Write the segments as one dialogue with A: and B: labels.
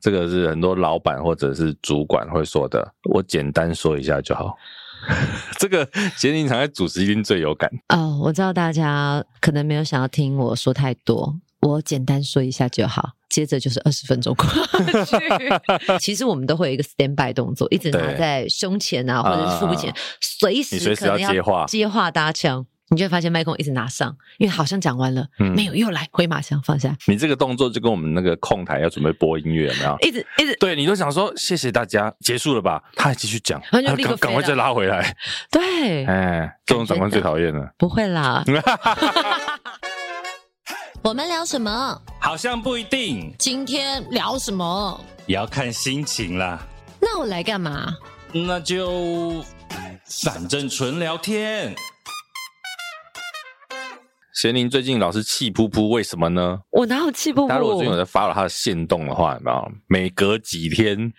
A: 这个是很多老板或者是主管会说的，我简单说一下就好。 这个咸宁常在主持一定最有感。
B: 哦，我知道大家可能没有想要听我说太多，我简单说一下就好。接着就是二十分钟过去， 其实我们都会有一个 stand by 动作，一直拿
A: 对
B: 在胸前啊，或者是腹部前
A: 啊，
B: 随
A: 你随
B: 时
A: 时
B: 可能
A: 要接话
B: 接话搭腔。你就会发现麦克风一直拿上，因为好像讲完了，
A: 嗯
B: 没有又来回马枪放下，
A: 你这个动作就跟我们那个控台要准备播音乐有没有？
B: 一直一 直
A: 对你都想说谢谢大家，结束了吧？他还继续讲，
B: 然后就立刻
A: 赶
B: 飞
A: 赶快
B: 了
A: 再拉回来。
B: 对，
A: 哎，这种长官最讨厌了。
B: 不 会啦。我们聊什么？
C: 好像不一定，
B: 今天聊什么？
C: 也要看心情啦。
B: 那我来干嘛？
C: 那就反正纯聊天。
A: 咸宁最近老是气扑扑，为什么呢？
B: 我哪有气不
A: 大家如果最近有
B: 不
A: 在发了他的线动的话，有没有？每隔几天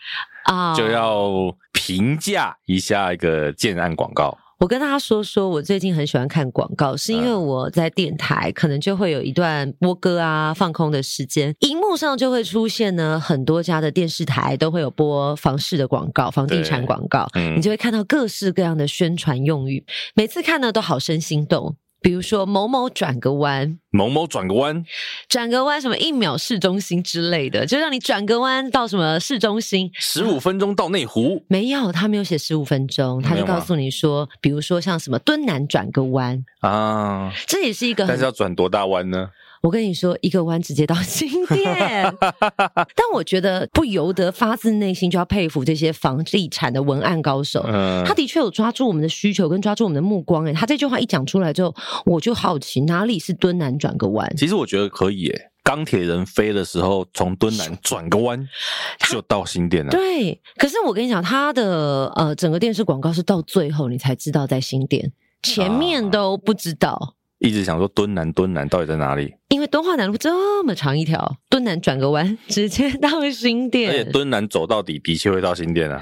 B: 啊
A: 就要评价一下一个建案广告。
B: 我跟大家说说，我最近很喜欢看广告，是因
A: 嗯
B: 为我在电台可能就会有一段播歌啊、放空的时间，荧幕上就会出现呢，很多家的电视台都会有播房市的广告、房地产
A: 对
B: 广告，
A: 嗯
B: 你就会看到各式各样的宣传用语，每次看呢都好生心动。比如说某某转个弯，
A: 某某转个弯，
B: 转个弯什么一秒市中心之类的，就让你转个弯到什么市中心，
A: 十五分钟到内湖。
B: 没有，他没有写十五分钟，他
A: 没
B: 就
A: 有吗
B: 告诉你说，比如说像什么敦南转个弯，
A: 啊，
B: 这也是一个
A: 但
B: 很
A: 是要转多大弯呢？
B: 我跟你说，一个弯直接到新 店。但我觉得不由得发自内心就要佩服这些房地产的文案高手。
A: 嗯
B: 他，的确有抓住我们的需求，跟抓住我们的目光。哎，他这句话一讲出来之后，我就好奇哪里是敦南转个弯。
A: 其实我觉得可以耶。钢铁人飞的时候，从敦南转个弯就到新店了。
B: 对，可是我跟你讲，他的呃整个电视广告是到最后你才知道在新店，前面
A: 啊
B: 都不知道。
A: 一直想说敦南敦南到底在哪里？
B: 因为敦化南路这么长一条，敦南转个弯，直接到新
A: 而且
B: 店。
A: 敦南走到底的确会到新店啊，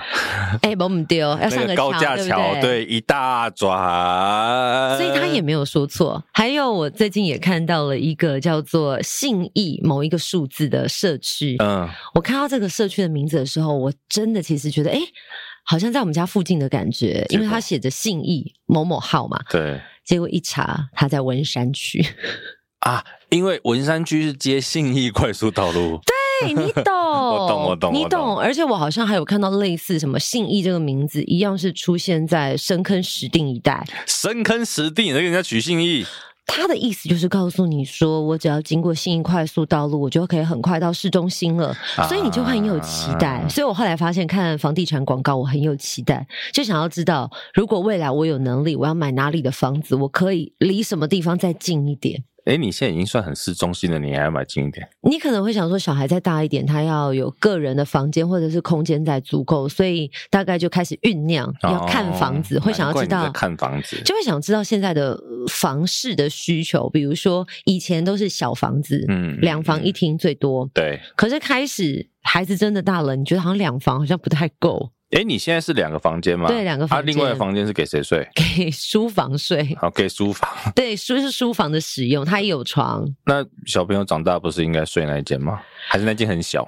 B: 哎，我们丢要上
A: 那
B: 个
A: 高架
B: 桥，
A: 桥
B: 不
A: 对一大转，
B: 所以他也没有说错。还有，我最近也看到了一个叫做信义某一个数字的社区。
A: 嗯
B: 我看到这个社区的名字的时候，我真的其实觉得，哎、好像在我们家附近的感觉，
A: 结果
B: 因为他写着信义某某号嘛。
A: 对
B: 结果一查，他在文山区。
A: 啊，因为文山区是接信义快速道路，
B: 对你懂，我
A: 懂 我懂
B: 你
A: 我懂
B: 懂。而且我好像还有看到类似什么信义这个名字，一样是出现在深坑石定一带。
A: 深坑实地，你在给人家取信义，
B: 他的意思就是告诉你说，我只要经过信义快速道路，我就可以很快到市中心了，
A: 啊
B: 所以你就会很有期待。所以我后来发现，看房地产广告，我很有期待，就想要知道，如果未来我有能力，我要买哪里的房子，我可以离什么地方再近一点。
A: 哎，你现在已经算很市中心了，你还要买近一点？
B: 你可能会想说，小孩再大一点，他要有个人的房间或者是空间才足够，所以大概就开始酝酿要看房子，
A: 哦
B: 会想要知
A: 难怪你
B: 道
A: 在看房子，
B: 就会想知道现在的呃房市的需求，比如说以前都是小房子，
A: 嗯
B: 两房一厅最多，
A: 对。
B: 可是开始孩子真的大了，你觉得好像两房好像不太够，
A: 哎，你现在是两个房间吗？
B: 对两个
A: 啊，
B: 房间
A: 另外的房间是给谁睡？
B: 给 书房 睡，
A: 好，给书房。
B: 对，书是书房的使用，它也有床，
A: 那小朋友长大不是应该睡那一间吗？还是那间很小？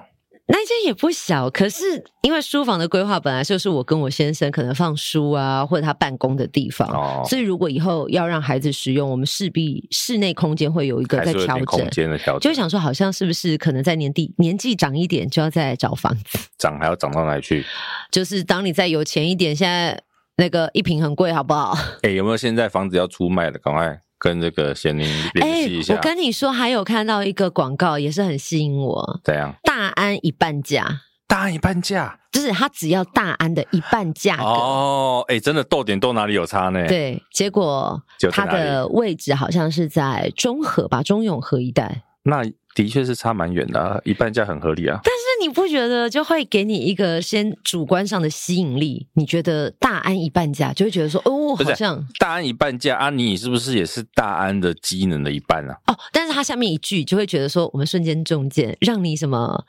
B: 那一间也不小，可是因为书房的规划本来就是我跟我先生可能放书啊，或者他办公的地方。
A: 哦，
B: 所以，如果以后要让孩子使用，我们势必室内空间会有一个
A: 还
B: 在
A: 是有
B: 调
A: 点
B: 整
A: 空，间的调
B: 就
A: 整，
B: 会想说，好像是不是可能在年底年纪长一点就要再找房子？
A: 长还要长到哪里去？
B: 就是当你再有钱一点，现在那个一平很贵，好不好？
A: 哎、有没有现在房子要出卖的？赶快跟这个贤玲联系一下。
B: 哎我跟你说，还有看到一个广告也是很吸引我，
A: 怎样？
B: 大安一半价，
A: 大一半价
B: 就是它只要大安的一半价格。
A: 哦，哎、真的逗点逗哪里有差呢？，
B: 对，结果
A: 就在
B: 它
A: 哪里
B: 的位置好像是在中和吧，中永和一带。
A: 那的确是差蛮远的、啊，一半价很合理啊。
B: 但是你不觉得就会给你一个先主观上的吸引力？你觉得大安一半价，就会觉得说，哦，
A: 不是
B: 好像
A: 大安一半价啊，你是不是也是大安的机能的一半啊？
B: 哦，但是他下面一句就会觉得说，我们瞬间中箭，让你什么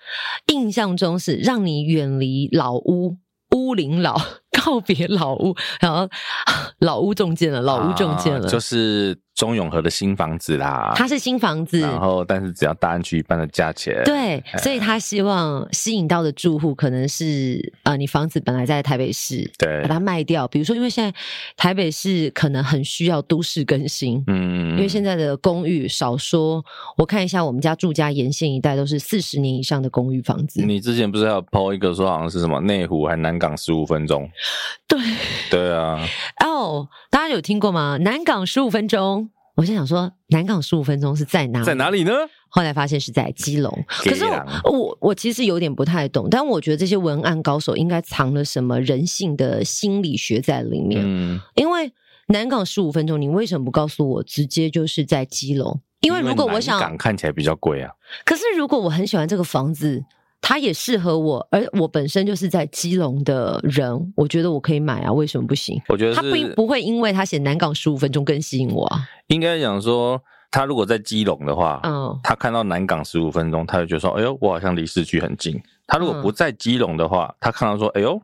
B: 印象中是让你远离老屋、屋龄老、 告别老屋，然后啊老屋中箭了，老屋中箭了。
A: 啊就是中永和的新房子啦。
B: 它是新房子，
A: 然后但是只要大安区一半的价钱，
B: 对，
A: 哎
B: 所以他希望吸引到的住户可能是呃，你房子本来在台北市，
A: 对
B: 把它卖掉。比如说，因为现在台北市可能很需要都市更新，
A: 嗯，
B: 因为现在的公寓少说，我看一下我们家住家沿线一带都是四十年以上的公寓房子。
A: 你之前不是还有 PO 一个说好像是什么内湖还南港十五分钟？
B: 对
A: 对啊，
B: 哦，大家有听过吗？南港十五分钟。我在想说，南港十五分钟是在哪？
A: 在哪里呢？
B: 后来发现是在基隆，
A: 基
B: 可
A: 隆
B: 是我我我其实有点不太懂，但我觉得这些文案高手应该藏了什么人性的心理学在里面，
A: 嗯，
B: 因为南港十五分钟，你为什么不告诉我直接就是在基隆？因为如果我
A: 嗯南港
B: 想，
A: 看起来比较贵啊，
B: 可是如果我很喜欢这个房子，它也适合我，而我本身就是在基隆的人，我觉得我可以买啊，为什么不行？
A: 我觉得
B: 他不
A: 是
B: 不会因为他写南港十五分钟更吸引我啊，
A: 应该讲说，他如果在基隆的话，
B: 嗯，
A: 他看到南港十五分钟，他就觉得说，哎呦，我好像离市区很近。他如果
B: 嗯
A: 不在基隆的话，他看到说，哎呦，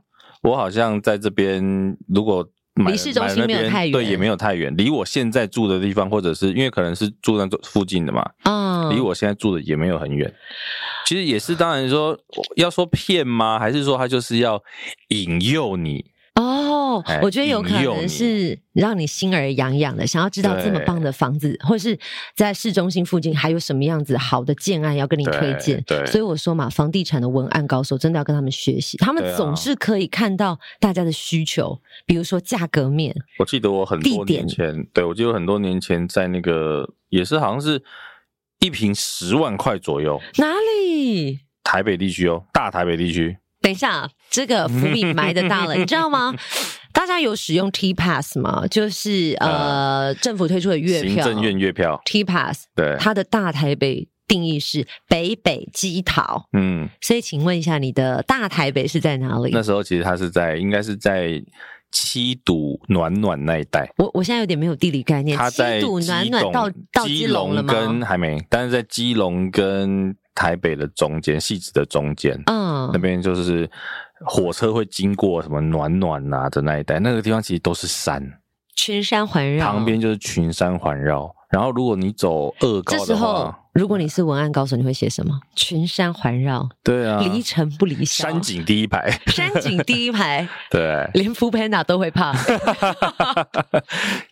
A: 我好像在这边，如果买
B: 离市中心
A: 买那
B: 没有
A: 边
B: 太远
A: 对，也没有太远，离我现在住的地方，或者是因为可能是住在附近的嘛，
B: 啊、
A: 离我现在住的也没有很远。其实也是，当然说要说骗吗？还是说他就是要引诱你？
B: 哦
A: 哎，
B: 我觉得有可
A: 引诱你
B: 能是让你心儿痒痒的，想要知道这么棒的房子，或是在市中心附近还有什么样子好的建案要跟你推荐。
A: 对对
B: 所以我说嘛，房地产的文案高手真的要跟他们学习，他们
A: 对啊
B: 总是可以看到大家的需求，比如说价格面，
A: 我记得我很多
B: 地点
A: 年前，对我记得我很多年前在那个也是好像是一瓶十万块左右，
B: 哪里？
A: 台北地区哦，大台北地区，
B: 等一下，啊这个伏笔埋的大了，你知道吗？大家有使用 T Pass 吗？就是呃，政府推出的月
A: 行
B: 票
A: 政院月票，
B: T Pass，
A: 对，
B: 它的大台北定义是北北基桃，
A: 嗯，
B: 所以请问一下，你的大台北是在哪里
A: 那？时候其实他是在应该是在七堵暖暖那一带。
B: 我我现在有点没有地理概念。
A: 他
B: 七
A: 在
B: 堵暖
A: 基
B: 暖
A: 隆
B: 到到
A: 基
B: 基隆了
A: 跟
B: 吗？
A: 还没，但是在基隆跟台北的中间，戏子的中间，那
B: 嗯，
A: 边就是火车会经过什么暖暖啊的那一带，那个地方其实都是山，
B: 群山环绕，
A: 旁边就是群山环绕。然后如果你走二
B: 这
A: 高
B: 时
A: 的
B: 候
A: 话，，
B: 如果你是文案高手，你会写什么？群山环绕，
A: 对啊，
B: 离城不离晓。
A: 山，景第一排，
B: 山景第 一排，
A: 对，
B: 连 f o o Panda 都会怕。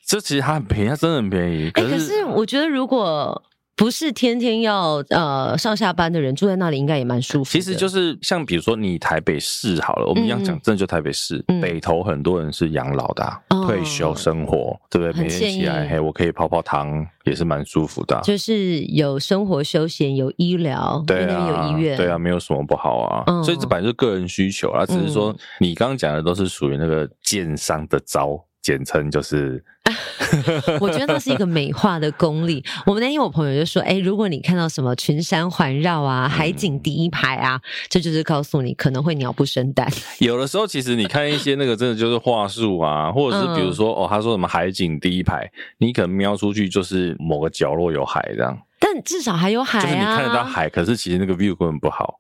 A: 这其实它很便宜，它真的很便宜。
B: 哎、
A: 可
B: 可是我觉得如果不是天天要呃上下班的人住在那里，应该也蛮舒服的。
A: 其实就是像比如说你台北市好了，我们一样
B: 嗯
A: 讲，真的就台北市、
B: 嗯
A: 北投很多人是养老的啊、
B: 哦
A: 退休生活，对不对？
B: 很
A: 每天起
B: 惬
A: 来，
B: 意
A: 嘿，我可以泡泡汤，也是蛮舒服的啊、
B: 就是有生活休闲，有医疗，
A: 对
B: 因为那
A: 啊，
B: 边有医院，
A: 对啊，，没有什么不好啊。
B: 嗯
A: 所以这本来就是个人需求啊，只是说你刚刚讲的都是属于那个建商的招，简称就是
B: 我觉得那是一个美化的 功力。我们那天我朋友就说：“哎、如果你看到什么群山环绕啊，海景第一排啊，
A: 嗯
B: 这就是告诉你可能会鸟不生蛋。
A: 有的时候其实你看一些那个真的就是话术啊， 或者是比如
B: 嗯
A: 说、哦，他说什么海景第一排，你可能瞄出去就是某个角落有海这样，”
B: 但至少还有海
A: 就是你
B: 啊，
A: 看得到。海，可是其实那个 view 根本不好。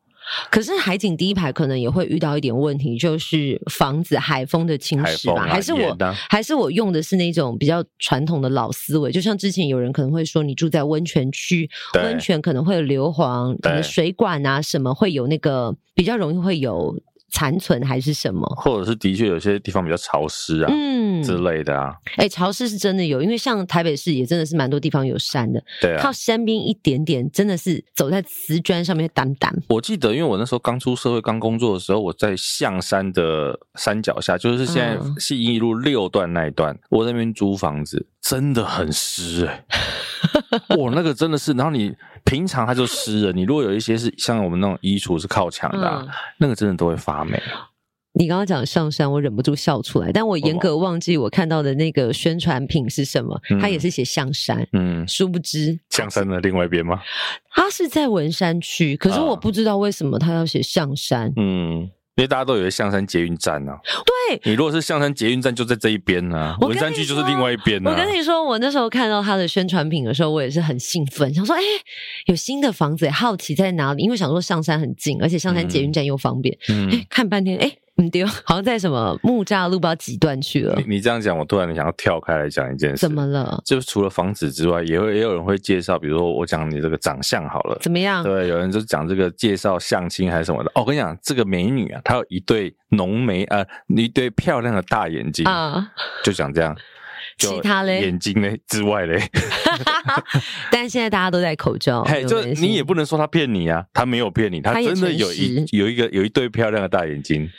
B: 可是海景第一排可能也会遇到一点问题，就是房子海风的侵
A: 海
B: 蚀
A: 风
B: 吧？
A: 啊
B: 还是我
A: 盐啊
B: 还是我用的是那种比较传统的老思维？就像之前有人可能会说，你住在温泉区，
A: 对
B: 温泉可能会有硫磺，可能
A: 对
B: 水管啊什么会有那个比较容易会有残存还是什么？
A: 或者是的确有些地方比较潮湿啊、
B: 嗯，
A: 之类的啊，
B: 哎、潮湿是真的有，因为像台北市也真的是蛮多地方有山的，
A: 对啊
B: 靠。山边一点点，真的是走在瓷砖上面挡挡。
A: 我记得，因为我那时候刚出社会、刚工作的时候，我在象山的山脚下，就是现在
B: 嗯
A: 信义路六段那一段，我在那边租房子，真的很湿 哎、欸。哇，那个真的是，然后你平常它就湿了，你如果有一些是像我们那种衣橱是靠墙的、啊，
B: 嗯，
A: 那个真的都会发霉。
B: 你刚刚讲上山，我忍不住笑出来，但我严
A: 为什
B: 格忘记我看到的那个宣传品是什么，
A: 嗯
B: 它也是写象山。
A: 嗯，
B: 殊不知，
A: 象山的另外一边吗？
B: 它是在文山区，可是
A: 啊
B: 我不知道为什么它要写象山。
A: 嗯，因为大家都以为象山捷运站啊。
B: 对，
A: 你如果是象山捷运站，就在这一边啊，
B: 我
A: 文
B: 跟
A: 山区就是另外一边啊。
B: 我跟你说，我那时候看到他的宣传品的时候，我也是很兴奋，想说，哎、有新的房子，好奇在哪里？因为想说上山很近，而且上山捷运站又方便。
A: 嗯
B: 哎、看半天，哎、嗯，对，好像在什么木栅路不知道几段去了
A: 你，你这样讲，我突然想要跳开来讲一件事。
B: 怎么？了？
A: 就是除了房子之外，也会也有人会介绍，比如说我讲你这个长相好了，
B: 怎么样？
A: 对，有人就讲这个介绍相亲还是什么的。哦，我跟你讲，这个美女啊，她有一对浓眉，呃，一对漂亮的大眼睛，
B: 啊，
A: 就讲这样。
B: 其
A: 就
B: 他嘞
A: 眼睛嘞之外嘞，
B: 但现在大家都戴口罩，
A: 嘿，
B: 哦有
A: 就
B: 关系
A: 你也不能说她骗你啊，她没有骗你，她
B: 她也
A: 真的
B: 诚
A: 有一
B: 实
A: 有一个有一对漂亮的大眼睛，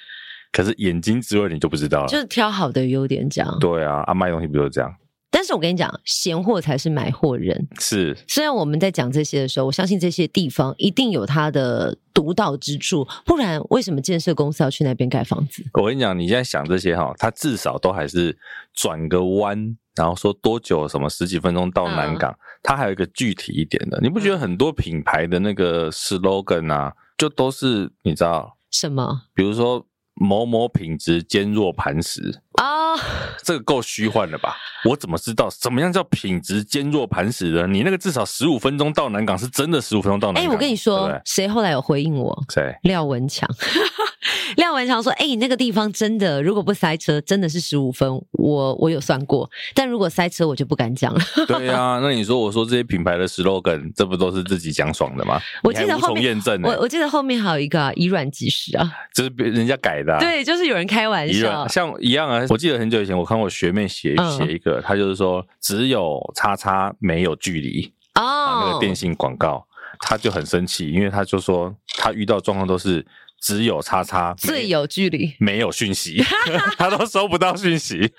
A: 可是眼睛之外你就不知道了。
B: 就是挑好的优点讲。
A: 对啊，啊卖东西不就是这样？
B: 但是我跟你讲，闲货才是买货人。
A: 是
B: 虽然我们在讲这些的时候，我相信这些地方一定有它的独到之处，不然为什么建设公司要去那边盖房子？
A: 我跟你讲，你现在想这些哈，他至少都还是转个弯，然后说多久什么十几分钟到南
B: 嗯
A: 港，他还有一个具体一点的。你不觉得很多品牌的那个 slogan 啊，就都是你知道，
B: 什么
A: 比如说某某品质坚若磐石，
B: 啊？
A: 这个够虚幻了吧？我怎么知道什么样叫品质坚若磐石呢？你那个至少十五分钟到南港是真的十五分钟到南
B: 哎、
A: 港。
B: 我跟你说
A: 啊对不对，
B: 谁后来有回应我？
A: 谁？
B: 廖文强。 廖文强说：“哎、你那个地方真的，如果不塞车，真的是十五分。我我有算过，但如果塞车，我就不敢讲了。
A: 对呀、那你说我说这些品牌的 slogan，这不都是自己讲爽的吗？
B: 我
A: 你还
B: 记得
A: 无
B: 后
A: 从
B: 面
A: 验证呢、欸
B: 我我记得后面还有一个、啊、以软击石啊，
A: 这是别人家改的、啊。
B: 对，就是有人开玩
A: 一
B: 笑
A: 样，，像一样啊！我记得很久以前，我看我学妹写
B: 嗯
A: 写一个，她就是说只有叉叉没有距离啊，那
B: 哦
A: 个，电信广告，她就很生气，因为她就说她遇到状况都是只有叉叉没
B: 最有距离。
A: 没有讯息， 她都收不到讯 息。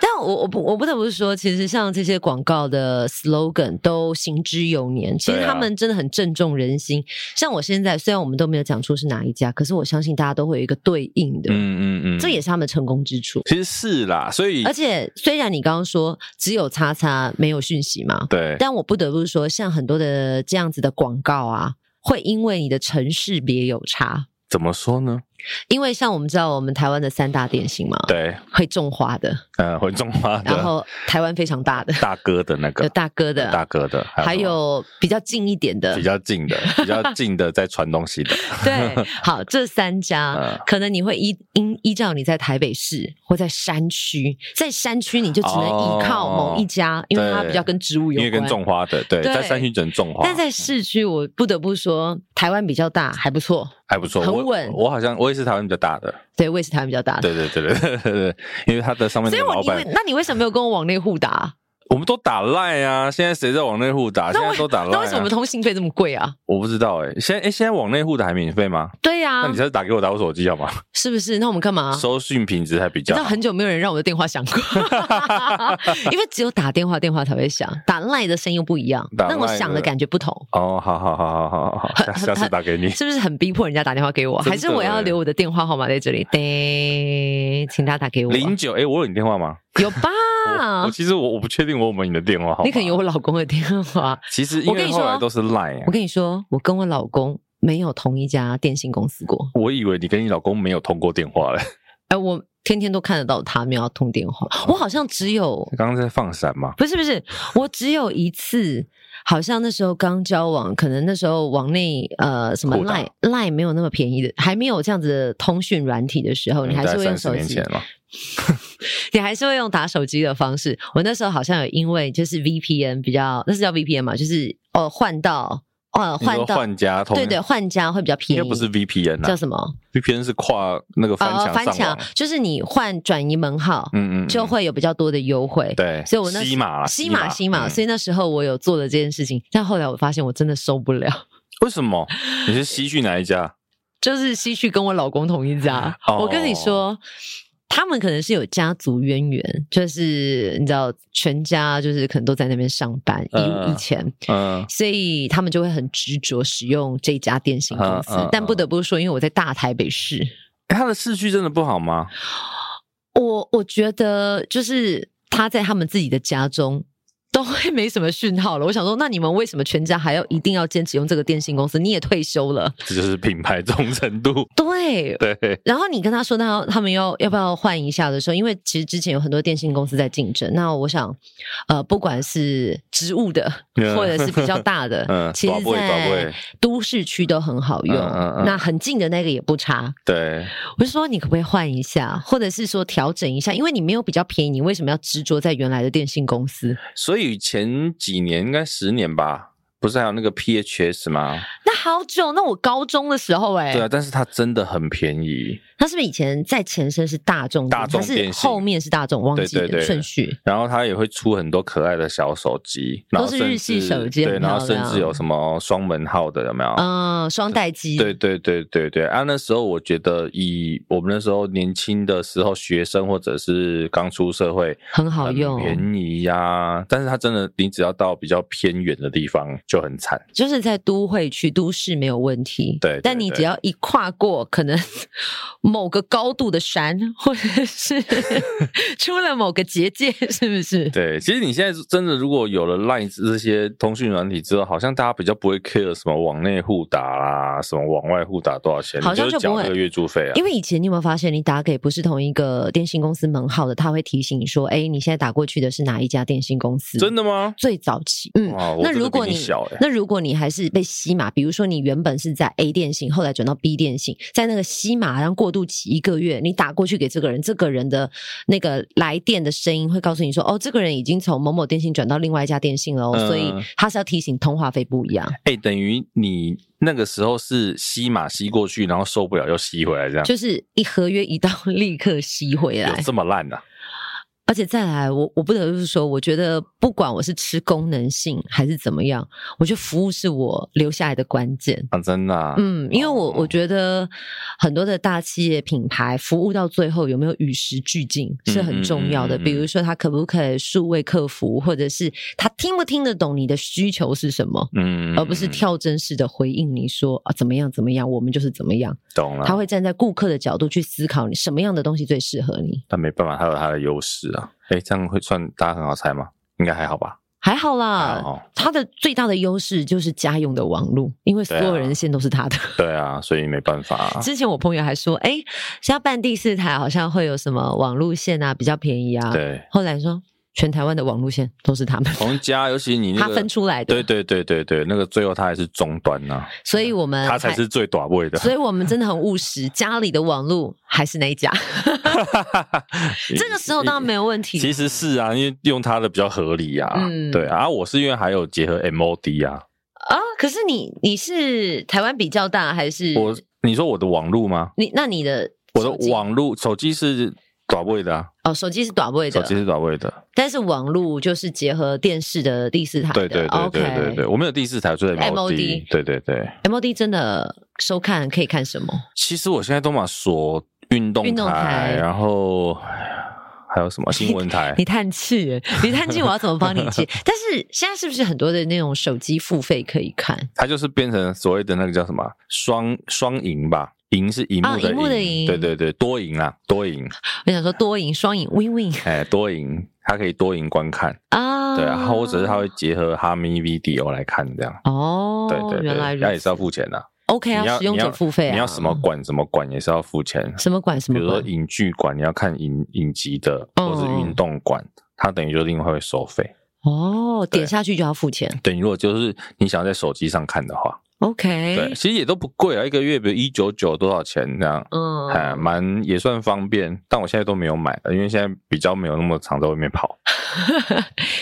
B: 但我我不我不得不说，其实像这些广告的 slogan 都行之有年，其实
A: 对啊
B: 他们真的很正中人心。像我现在虽然我们都没有讲出是哪一家，可是我相信大家都会有一个对应的，
A: 嗯嗯嗯，
B: 这也是他们成功之处。
A: 其实是啦，所以
B: 而且虽然你刚刚说只有叉叉没有讯息嘛，
A: 对
B: 但我不得不说，像很多的这样子的广告啊，会因为你的城市别有差。
A: 怎么说呢？
B: 因为像我们知道，我们台湾的三大点心嘛，
A: 对，
B: 会种花的，
A: 呃，回中华
B: 然
A: 的
B: 后台湾非常大的，
A: 大哥的那
B: 有
A: 个
B: 大哥的，
A: 大哥的，
B: 还
A: 什么
B: 有比较近一点的
A: 比，较近的，比较近的在传东西的，
B: 对，好，这三家
A: 嗯
B: 可能你会依依依照你在台北市或在山区，在山区你就只能依靠某一家，因为它
A: 哦对
B: 比较跟植 物有
A: 因
B: 关，
A: 为跟种花的，对，
B: 对
A: 在山区只能种花，
B: 但在市区，我不得不说，台湾比较大，还不错。
A: 还不错，
B: 很
A: 我
B: 稳
A: 我好像我也是台湾比较大的，
B: 对，我也是台湾比较大的。
A: 对对对对对对对，因为他的上面
B: 所
A: 那个
B: 以我
A: 老
B: 因为
A: 板，
B: 那你为什么没有跟我往内互打？
A: 我们都打赖啊，现在谁在往内互打？现
B: 那
A: 在
B: 为
A: 都打赖、
B: 那为什么我
A: 啊
B: 们，通信费这么贵啊？
A: 我不知道哎、现在哎、现在往内互打还免费吗？
B: 对呀、
A: 那你下次打给我打我手机好吗？
B: 是不是？那我们干嘛？
A: 收讯品质还比
B: 啊你
A: 较
B: 知道
A: 好，
B: 很久没有人让我的电话响 过，因为只有打电话，电话才会响，打赖的声音又不一样，
A: 打
B: 让我
A: LINE
B: 响的
A: 的
B: 感觉不同，
A: 哦，好好好好好好好，下下次打给你。
B: 是不是很逼迫人家打电话给我？
A: 真的哦
B: 还是我要留我的电话号码在这里？对，请他打给我。
A: 零九哎，我有你电话吗？
B: 有
A: 我
B: 吧
A: 我？其实我我不确定我有没有你的电话号码
B: 啊你可能有我老公的电话。
A: 其实因
B: 我跟
A: 为
B: 你
A: 后来
B: 说
A: 都是 Line，、
B: 我
A: 啊、
B: 跟你说，我跟我老公没有同一家电信公司过，
A: 我以为你跟你老公没有通过电话嘞。
B: 哎，我天天都看得到他没有要通电话，
A: 哦
B: 我好像只有
A: 刚刚在放闪嘛？
B: 不是不是，我只有一次，好像那时候刚交往，可能那时候往内呃什么
A: 扩大
B: line line 没有那么便宜的，还没有这样子的通讯软体的时候，哦你还是会用
A: 嗯三十
B: 手
A: 年
B: 机
A: 前，了，
B: 你还是会用打手机的方式。我那时候好像有因为就是 VPN 比较，那是叫 VPN 嘛，就是哦换到哦
A: 你说
B: 换到
A: 换家通，
B: 对对换家会比较
A: 应
B: 便
A: 该
B: 宜，
A: 不是 VPN
B: 叫
A: 啊
B: 什么？
A: ，VPN 是跨那个翻
B: 呃，
A: 墙
B: 翻
A: 上
B: 墙
A: 网，
B: 就是你换转移门号，
A: 嗯嗯，嗯
B: 就会有比较多的优惠。
A: 对，
B: 所以我那
A: 哎西马啦
B: 西马西马，
A: 嗯
B: 所以那时候我有做了这件事情，但后来我发现我真的受不了，
A: 为什么你是西去哪一家？
B: 就是西去跟我老公同一家。
A: 哦
B: 我跟你说。他们可能是有家族渊源，就是你知道，全家就是可能都在那边上班，以、
A: 嗯
B: 以前，
A: 嗯，
B: 所以他们就会很执着使用这家电信公司。
A: 嗯嗯嗯
B: 但不得不说，因为我在大台北市，
A: 诶它的市区真的不好吗？
B: 我我觉得就是他在他们自己的家中都会没什么讯号了。我想说，那你们为什么全家还要一定要坚持用这个电信公司？你也退休了，
A: 这就是品牌忠诚度。
B: 对。
A: 对，
B: 然后你跟他说他他们要要不要换一下的时候，因为其实之前有很多电信公司在竞争。那我想，呃，不管是植物的，
A: 嗯
B: 或者是比较大的，
A: 嗯
B: 呃其实
A: 宝贝宝
B: 在
A: 贝
B: 都市区都很好用。
A: 嗯嗯嗯
B: 那很近的那个也不差。
A: 对，
B: 我就说你可不可以换一下，或者是说调整一下，因为你没有比较便宜，你为什么要执着在原来的电信公司？
A: 所以前几年应该十年吧，不是还有那个 PHS 吗？
B: 那好久，那我高中的时候、欸，
A: 对啊，但是它真的很便宜。
B: 它是不是以前在前身是大众电，
A: 大众
B: 它是
A: 电信
B: 后面是大众，忘记
A: 对对对
B: 了顺序。
A: 然后它也会出很多可爱的小手机，然后
B: 都是
A: 甚至
B: 日系手机
A: 对，
B: 很漂
A: 然
B: 亮
A: 后甚至有什么双门号的，有没有？
B: 嗯，双待机。
A: 哦对对对对对啊！那时候我觉得，以我们那时候年轻的时候，学生或者是刚出社会，
B: 很好
A: 很
B: 用，哦
A: 便宜呀、但是它真的，你只要到比较偏远的地方就很 惨。
B: 就是在都会区、都市没有问题。
A: 对对
B: 但你
A: 对
B: 只要一跨过可能 某个高度的山，或者是 出了某个结界，是不是？
A: 对，其实你现在真的如果有了 LINE 这些通讯软体之后，好像大家比较不会 care 什么往内互打啦，什么往外互打多少钱，
B: 好像
A: 你
B: 就
A: 就
B: 不
A: 是缴
B: 会
A: 那个月租费啊
B: 因。为以前你有没有发现，你打给不是同一个电信公司门号的，他会提醒你说：“哎，你现在打过去的是哪一家电信公司？”
A: 真的吗？
B: 最早期，嗯，
A: 哇，我
B: 那
A: 真的
B: 如果
A: 比
B: 你
A: 你小哎、
B: 那如果你还是被吸码，比如说你原本是在 A 电信，后来转到 B 电信，在那个吸码然后过渡期一个月，你打过去给这个人，这个人的那个来电的声音会告诉你说，哦，这个人已经从某某电信转到另外一家电信了哦、
A: 嗯
B: 所以他是要提醒通话费不一样，
A: 哎、等于你那个时候是吸码吸过去，然后受不了又吸回来，这样
B: 就是一合约一到立刻吸回
A: 有
B: 来，
A: 这么烂的、啊？
B: 而且再来，我我不得不说，我觉得不管我是吃功能性还是怎么样，我觉得服务是我留下来的关键。
A: 真的、啊？
B: 嗯，因为我
A: 哦
B: 我觉得很多的大企业品牌服务到最后有没有与时俱进是很重要的。
A: 嗯嗯嗯嗯嗯
B: 比如说，他可不可以数位客服，或者是他听不听得懂你的需求是什么，
A: 嗯
B: 而不是跳针式的回应你说啊怎么样怎么样，我们就是怎么样。
A: 懂了。
B: 他会站在顾客的角度去思考你什么样的东西最适合你。
A: 但没办法，它有它的优势啊。哎、这样会算大家很好猜吗？应该还好吧？
B: 还好
A: 还
B: 啦
A: 好，
B: 他的最大的优势就是家用的网络，因为所有
A: 对啊
B: 人线都是他的。
A: 对啊，所以没办法、啊。
B: 之前我朋友还说，哎、现在办第四台好像会有什么网路线啊，比较便宜啊。
A: 对，
B: 后来说全台湾的网路线都是他们，
A: 从家，尤其你那
B: 他
A: 个，
B: 分出来的，
A: 对对对对对，那个最后它还是终端呐、
B: 所以我们
A: 它才
B: 嗯还。
A: 是 最短位的。
B: 所以我们真的很务实，家里的网路还是那一家，这个时候当然没有问 题。
A: 其实是啊，因为用它的比较合理啊。
B: 嗯
A: 对啊，啊我是因为还有结合 MOD 啊。
B: 啊，可是你你是台湾比较大还是
A: 我你说我的网路吗？
B: 你？那你的
A: 我
B: 手机
A: 的网路手机是短位的啊，
B: 哦，手机是短位
A: 手
B: 的
A: 机，是短位的。
B: 但是网路就是结合电视的第四台
A: 对
B: 的。
A: 对对对对对，
B: o
A: 我们有第四台，就是
B: MOD
A: MOD。对对对，
B: k MOD 真的收看可以看什么？
A: 其实我现在都嘛锁运动
B: 运动台
A: 台，然后还有什么新闻 台？
B: 你叹气耶，你叹气，我要怎么帮你 接？但是现在是不是很多的那种手机付费可以看？
A: 它就是变成所谓的那个叫什么双双赢吧，赢是荧幕
B: 啊
A: 的
B: 荧幕的赢
A: 对对对，多赢啦，多赢，
B: 我想说多赢双赢 win win
A: 哎，多赢，它可以多赢观看，
B: 啊，
A: 对啊，然后或者是它会结合哈咪 VDO 来看这样，
B: 哦，
A: 对对
B: 原来
A: 对，
B: 如
A: 它也
B: 此
A: 是要付钱的，
B: OK
A: 你
B: 啊，
A: 要
B: 使用者付费啊，
A: 你要什么管什么管也是要付钱，
B: 什么管什
A: 比
B: 么
A: 如说
B: 管，
A: 影剧馆你要看影影集的，或是
B: 嗯嗯
A: 运动馆，它等于就另外会收费。
B: 哦，点
A: 对
B: 下去就要付钱
A: 等于如果就是你想要在手机上看的话，对，
B: ，OK，
A: 其实也都不贵啊，一个月比如一九九多少钱这样。哎，
B: 嗯，
A: 蛮也算方便，但我现在都没有买了，因为现在比较没有那么常在外面跑。？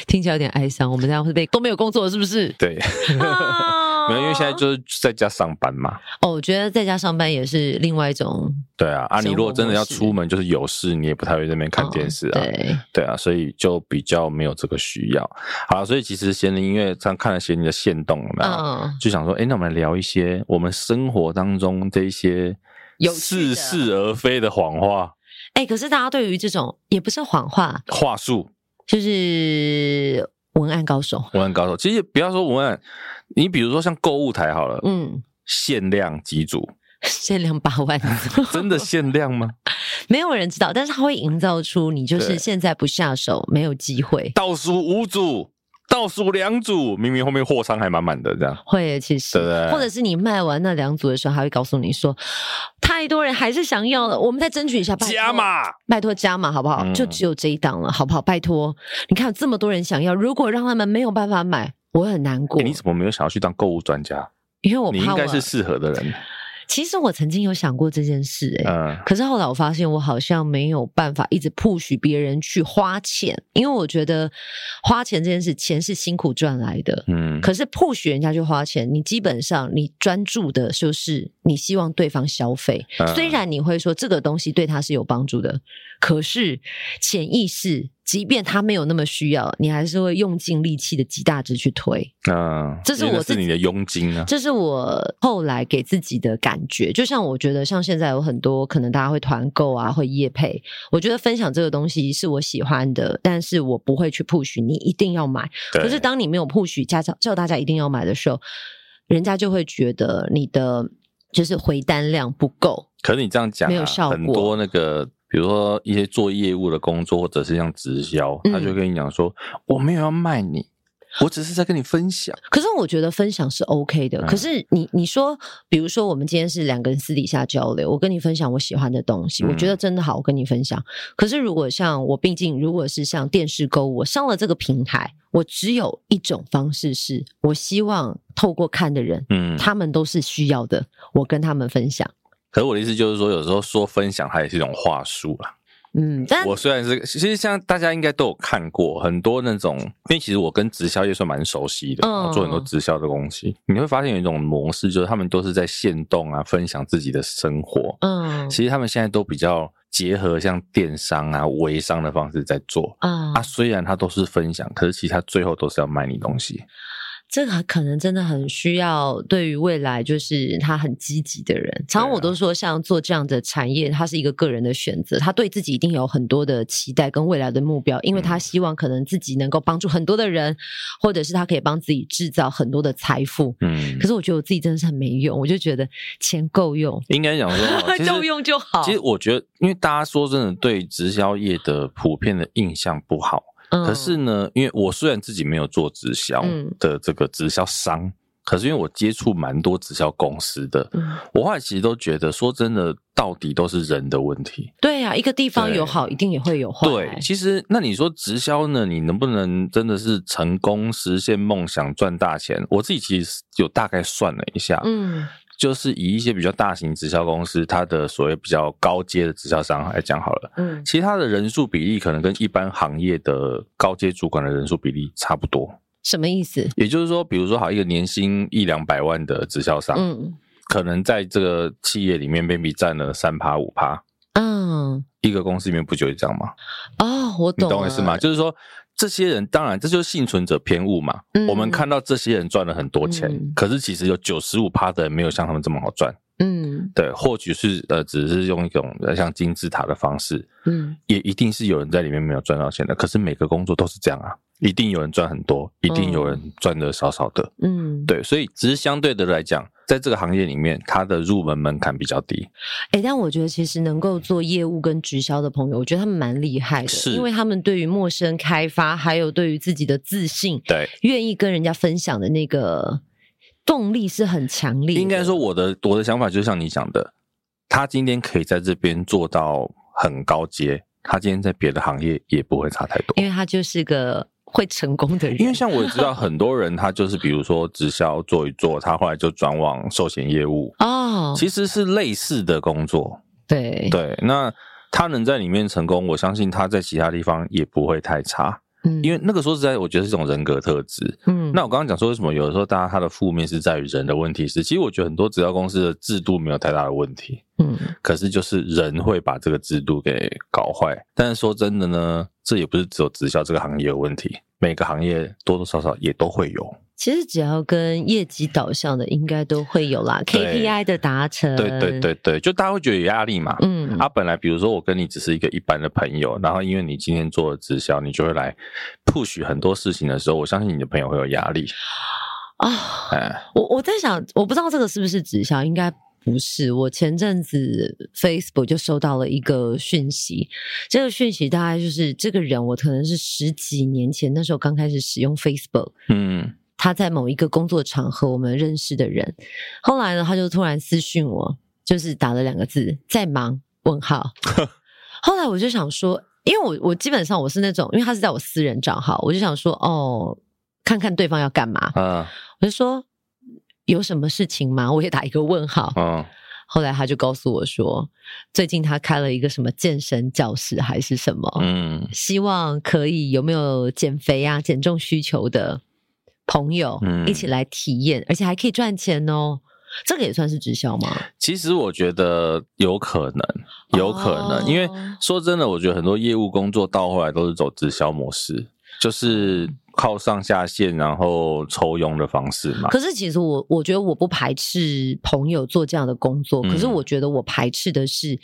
B: 听起来有点哀伤，我们这样会被都没有工作了是不是
A: 对，
B: 啊
A: 没有，因为现在就是在家上班嘛。
B: 哦，我觉得在家上班也是另外一种
A: 对啊，啊，
B: 生活
A: 你如果真的要
B: 模式
A: 出门，就是有事，你也不太会在那边看电视啊。
B: 嗯对，
A: 对啊，所以就比较没有这个需要。好啊，所以其实贤玲因为这样看了贤玲的线动有没有？
B: 嗯，
A: 就想说，哎、那我们来聊一些我们生活当中这一些
B: 有趣
A: 似
B: 的
A: 是而非的谎话
B: 哎，可是大家对于这种也不是谎话，
A: 话术。
B: 就是文案高手。
A: 文案高手，其实不要说文案，你比如说像购物台好了，
B: 嗯，
A: 限量几组，
B: 限量八万，
A: 真的限量吗？
B: 没有人知道，但是他会营造出你就是
A: 对
B: 现在不下手没有机会。
A: 倒数五组，倒数两组，明明后面货仓还满满的这样。
B: 会耶，其实
A: 对不对
B: 或者是你卖完那两组的时候，还会告诉你说，太多人还是想要了，我们再争取一下，拜托
A: 加，码，
B: 拜托加码好不好？
A: 嗯
B: 就只有这一档了，好不好？拜托，你看有这么多人想要，如果让他们没有办法买，我会很难过
A: 诶，你怎么没有想要去当购物专家？
B: 因为我
A: 你
B: 怕
A: 应
B: 我
A: 该是适合的人。
B: 其实我曾经有想过这件事、欸，
A: 嗯，
B: 可是后来我发现，我好像没有办法一直 push 别人去花钱，因为我觉得花钱这件事，钱是辛苦赚来的。
A: 嗯，
B: 可是 push 人家去花钱，你基本上你专注的就是你希望对方消费。
A: 嗯
B: 虽然你会说这个东西对他是有帮助的，可是潜意识，即便他没有那么需要，你还是会用尽力气的极大值去推。
A: 嗯，
B: 这是
A: 因为那
B: 我自
A: 是
B: 己
A: 你的佣金啊。
B: 这是我后来给自己的感觉。就像我觉得，像现在有很多可能大家会团购啊，会业配，我觉得分享这个东西是我喜欢的，但是我不会去 push 你一定要买。
A: 对
B: 可是当你没有 push 家长叫大家一定要买的时候，人家就会觉得你的就是回单量不够。
A: 可是你这样讲、啊，
B: 没有效果
A: 很多那个，比如说一些做业务的工作，或者是像直销，
B: 嗯
A: 他就跟你讲说，我没有要卖你，我只是在跟你分享。
B: 可是我觉得分享是 OK 的。
A: 嗯
B: 可是你你说，比如说我们今天是两个人私底下交流，我跟你分享我喜欢的东西，
A: 嗯
B: 我觉得真的好，我跟你分享。可是如果像我，毕竟如果是像电视购物，我上了这个平台，我只有一种方式是，我希望透过看的人，
A: 嗯，
B: 他们都是需要的，我跟他们分享。
A: 可是我的意思就是说，有时候说分享，它也是一种话术啦。
B: 嗯，但
A: 我虽然是，其实像大家应该都有看过很多那种，因为其实我跟直销业算蛮熟悉的，
B: 嗯
A: 我做很多直销的东西，你会发现有一种模式，就是他们都是在限动啊，分享自己的生活。
B: 嗯
A: 其实他们现在都比较结合像电商啊、微商的方式在做。
B: 啊
A: 啊，虽然它都是分享，可是其实它最后都是要卖你东西。
B: 这个可能真的很需要对于未来就是他很积极的人。常常我
A: 啊
B: 都说，像做这样的产业，它是一个个人的选择，他对自己一定有很多的期待跟未来的目标，因为他
A: 嗯
B: 希望可能自己能够帮助很多的人，或者是他可以帮自己制造很多的财富。
A: 嗯
B: 可，是我觉得我自己真的是很没用，我就觉得钱够用，
A: 应该讲说，哦其实
B: 够用就好。
A: 其实我觉得，因为大家说真的，对直销业的普遍的印象不好。
B: 嗯
A: 可是呢，因为我虽然自己没有做直销
B: 嗯
A: 的这个直销商，可是因为我接触蛮多直销公司的，
B: 嗯
A: 我后来其实都觉得，说真的，到底都是人的问题。
B: 对啊，一个地方
A: 对
B: 有好，一定也会有坏。
A: 对，其实那你说直销呢，你能不能真的是成功实现梦想赚大钱？我自己其实有大概算了一下，
B: 嗯
A: 就是以一些比较大型直销公司，它的所谓比较高阶的直销商来讲好了，
B: 嗯
A: 其实它的人数比例可能跟一般行业的高阶主管的人数比例差不多。
B: 什么意思？
A: 也就是说，比如说好一个年薪一两百万的直销商，
B: 嗯
A: 可能在这个企业里面 maybe 占了三趴五趴，
B: 嗯
A: 一个公司里面不就是这样吗？
B: 哦，我
A: 你
B: 懂了，
A: 懂我意思吗？就是说，这些人当然这就是幸存者偏误嘛。
B: 嗯
A: 我们看到这些人赚了很多钱，
B: 嗯
A: 可是其实有九十五趴的人没有像他们这么好赚。
B: 嗯
A: 对，或许是呃，只是用一种呃像金字塔的方式，
B: 嗯
A: 也一定是有人在里面没有赚到钱的。可是每个工作都是这样啊，一定有人赚很多，一定有
B: 哦
A: 人赚的少少的。
B: 嗯，
A: 对，所以只是相对的来讲，在这个行业里面，它的入门门槛比较低。
B: 哎、但我觉得其实能够做业务跟直销的朋友，我觉得他们蛮厉害的，
A: 是
B: 因为他们对于陌生开发，还有对于自己的自信，
A: 对，
B: 愿意跟人家分享的那个动力是很强烈的。
A: 应该说，我的我的想法就像你讲的，他今天可以在这边做到很高阶，他今天在别的行业也不会差太多。
B: 因为他就是个会成功的人，
A: 因为像我也知道很多人，他就是比如说直销做一做，他后来就转往寿险业务，
B: 哦，
A: 其实是类似的工作。
B: 对，
A: 对，那他能在里面成功，我相信他在其他地方也不会太差，
B: 嗯
A: 因为那个说实在，我觉得是一种人格特质。
B: 嗯
A: 那我刚刚讲说，为什么有的时候大家他的负面是在于人的问题是，其实我觉得很多直销公司的制度没有太大的问题，
B: 嗯
A: 可是就是人会把这个制度给搞坏。但是说真的呢，这也不是只有直销这个行业有问题，每个行业多多少少也都会有。
B: 其实只要跟业绩导向的，应该都会有啦
A: 对
B: ，KPI 的达成，
A: 对对，对对，就大家会觉得有压力嘛。
B: 嗯
A: 啊，本来比如说我跟你只是一个一般的朋友，然后因为你今天做了直销，你就会来 push 很多事情的时候，我相信你的朋友会有压力。
B: 啊。
A: 哎，
B: 我我在想，我不知道这个是不是直销，应该不是，我前阵子 Facebook 就收到了一个讯息，这个讯息大概就是这个人，我可能是十几年前那时候刚开始使用 Facebook，
A: 嗯，
B: 他在某一个工作场合我们认识的人，后来呢，他就突然私讯我，就是打了两个字“在忙”问号。后来我就想说，因为我我基本上我是那种，因为他是在我私人账号，我就想说哦，看看对方要干嘛，
A: 啊，
B: 我就说有什么事情吗？我也打一个问号。
A: 嗯，
B: 后来他就告诉我说，最近他开了一个什么健身教室还是什么，
A: 嗯，
B: 希望可以有没有减肥啊、减重需求的朋友
A: 嗯
B: 一起来体验，而且还可以赚钱哦。这个也算是直销吗？
A: 其实我觉得有可能，有可能，
B: 哦
A: 因为说真的，我觉得很多业务工作到后来都是走直销模式，就是靠上下线然后抽佣的方式嘛。
B: 可是其实我我觉得我不排斥朋友做这样的工作，
A: 嗯
B: 可是我觉得我排斥的是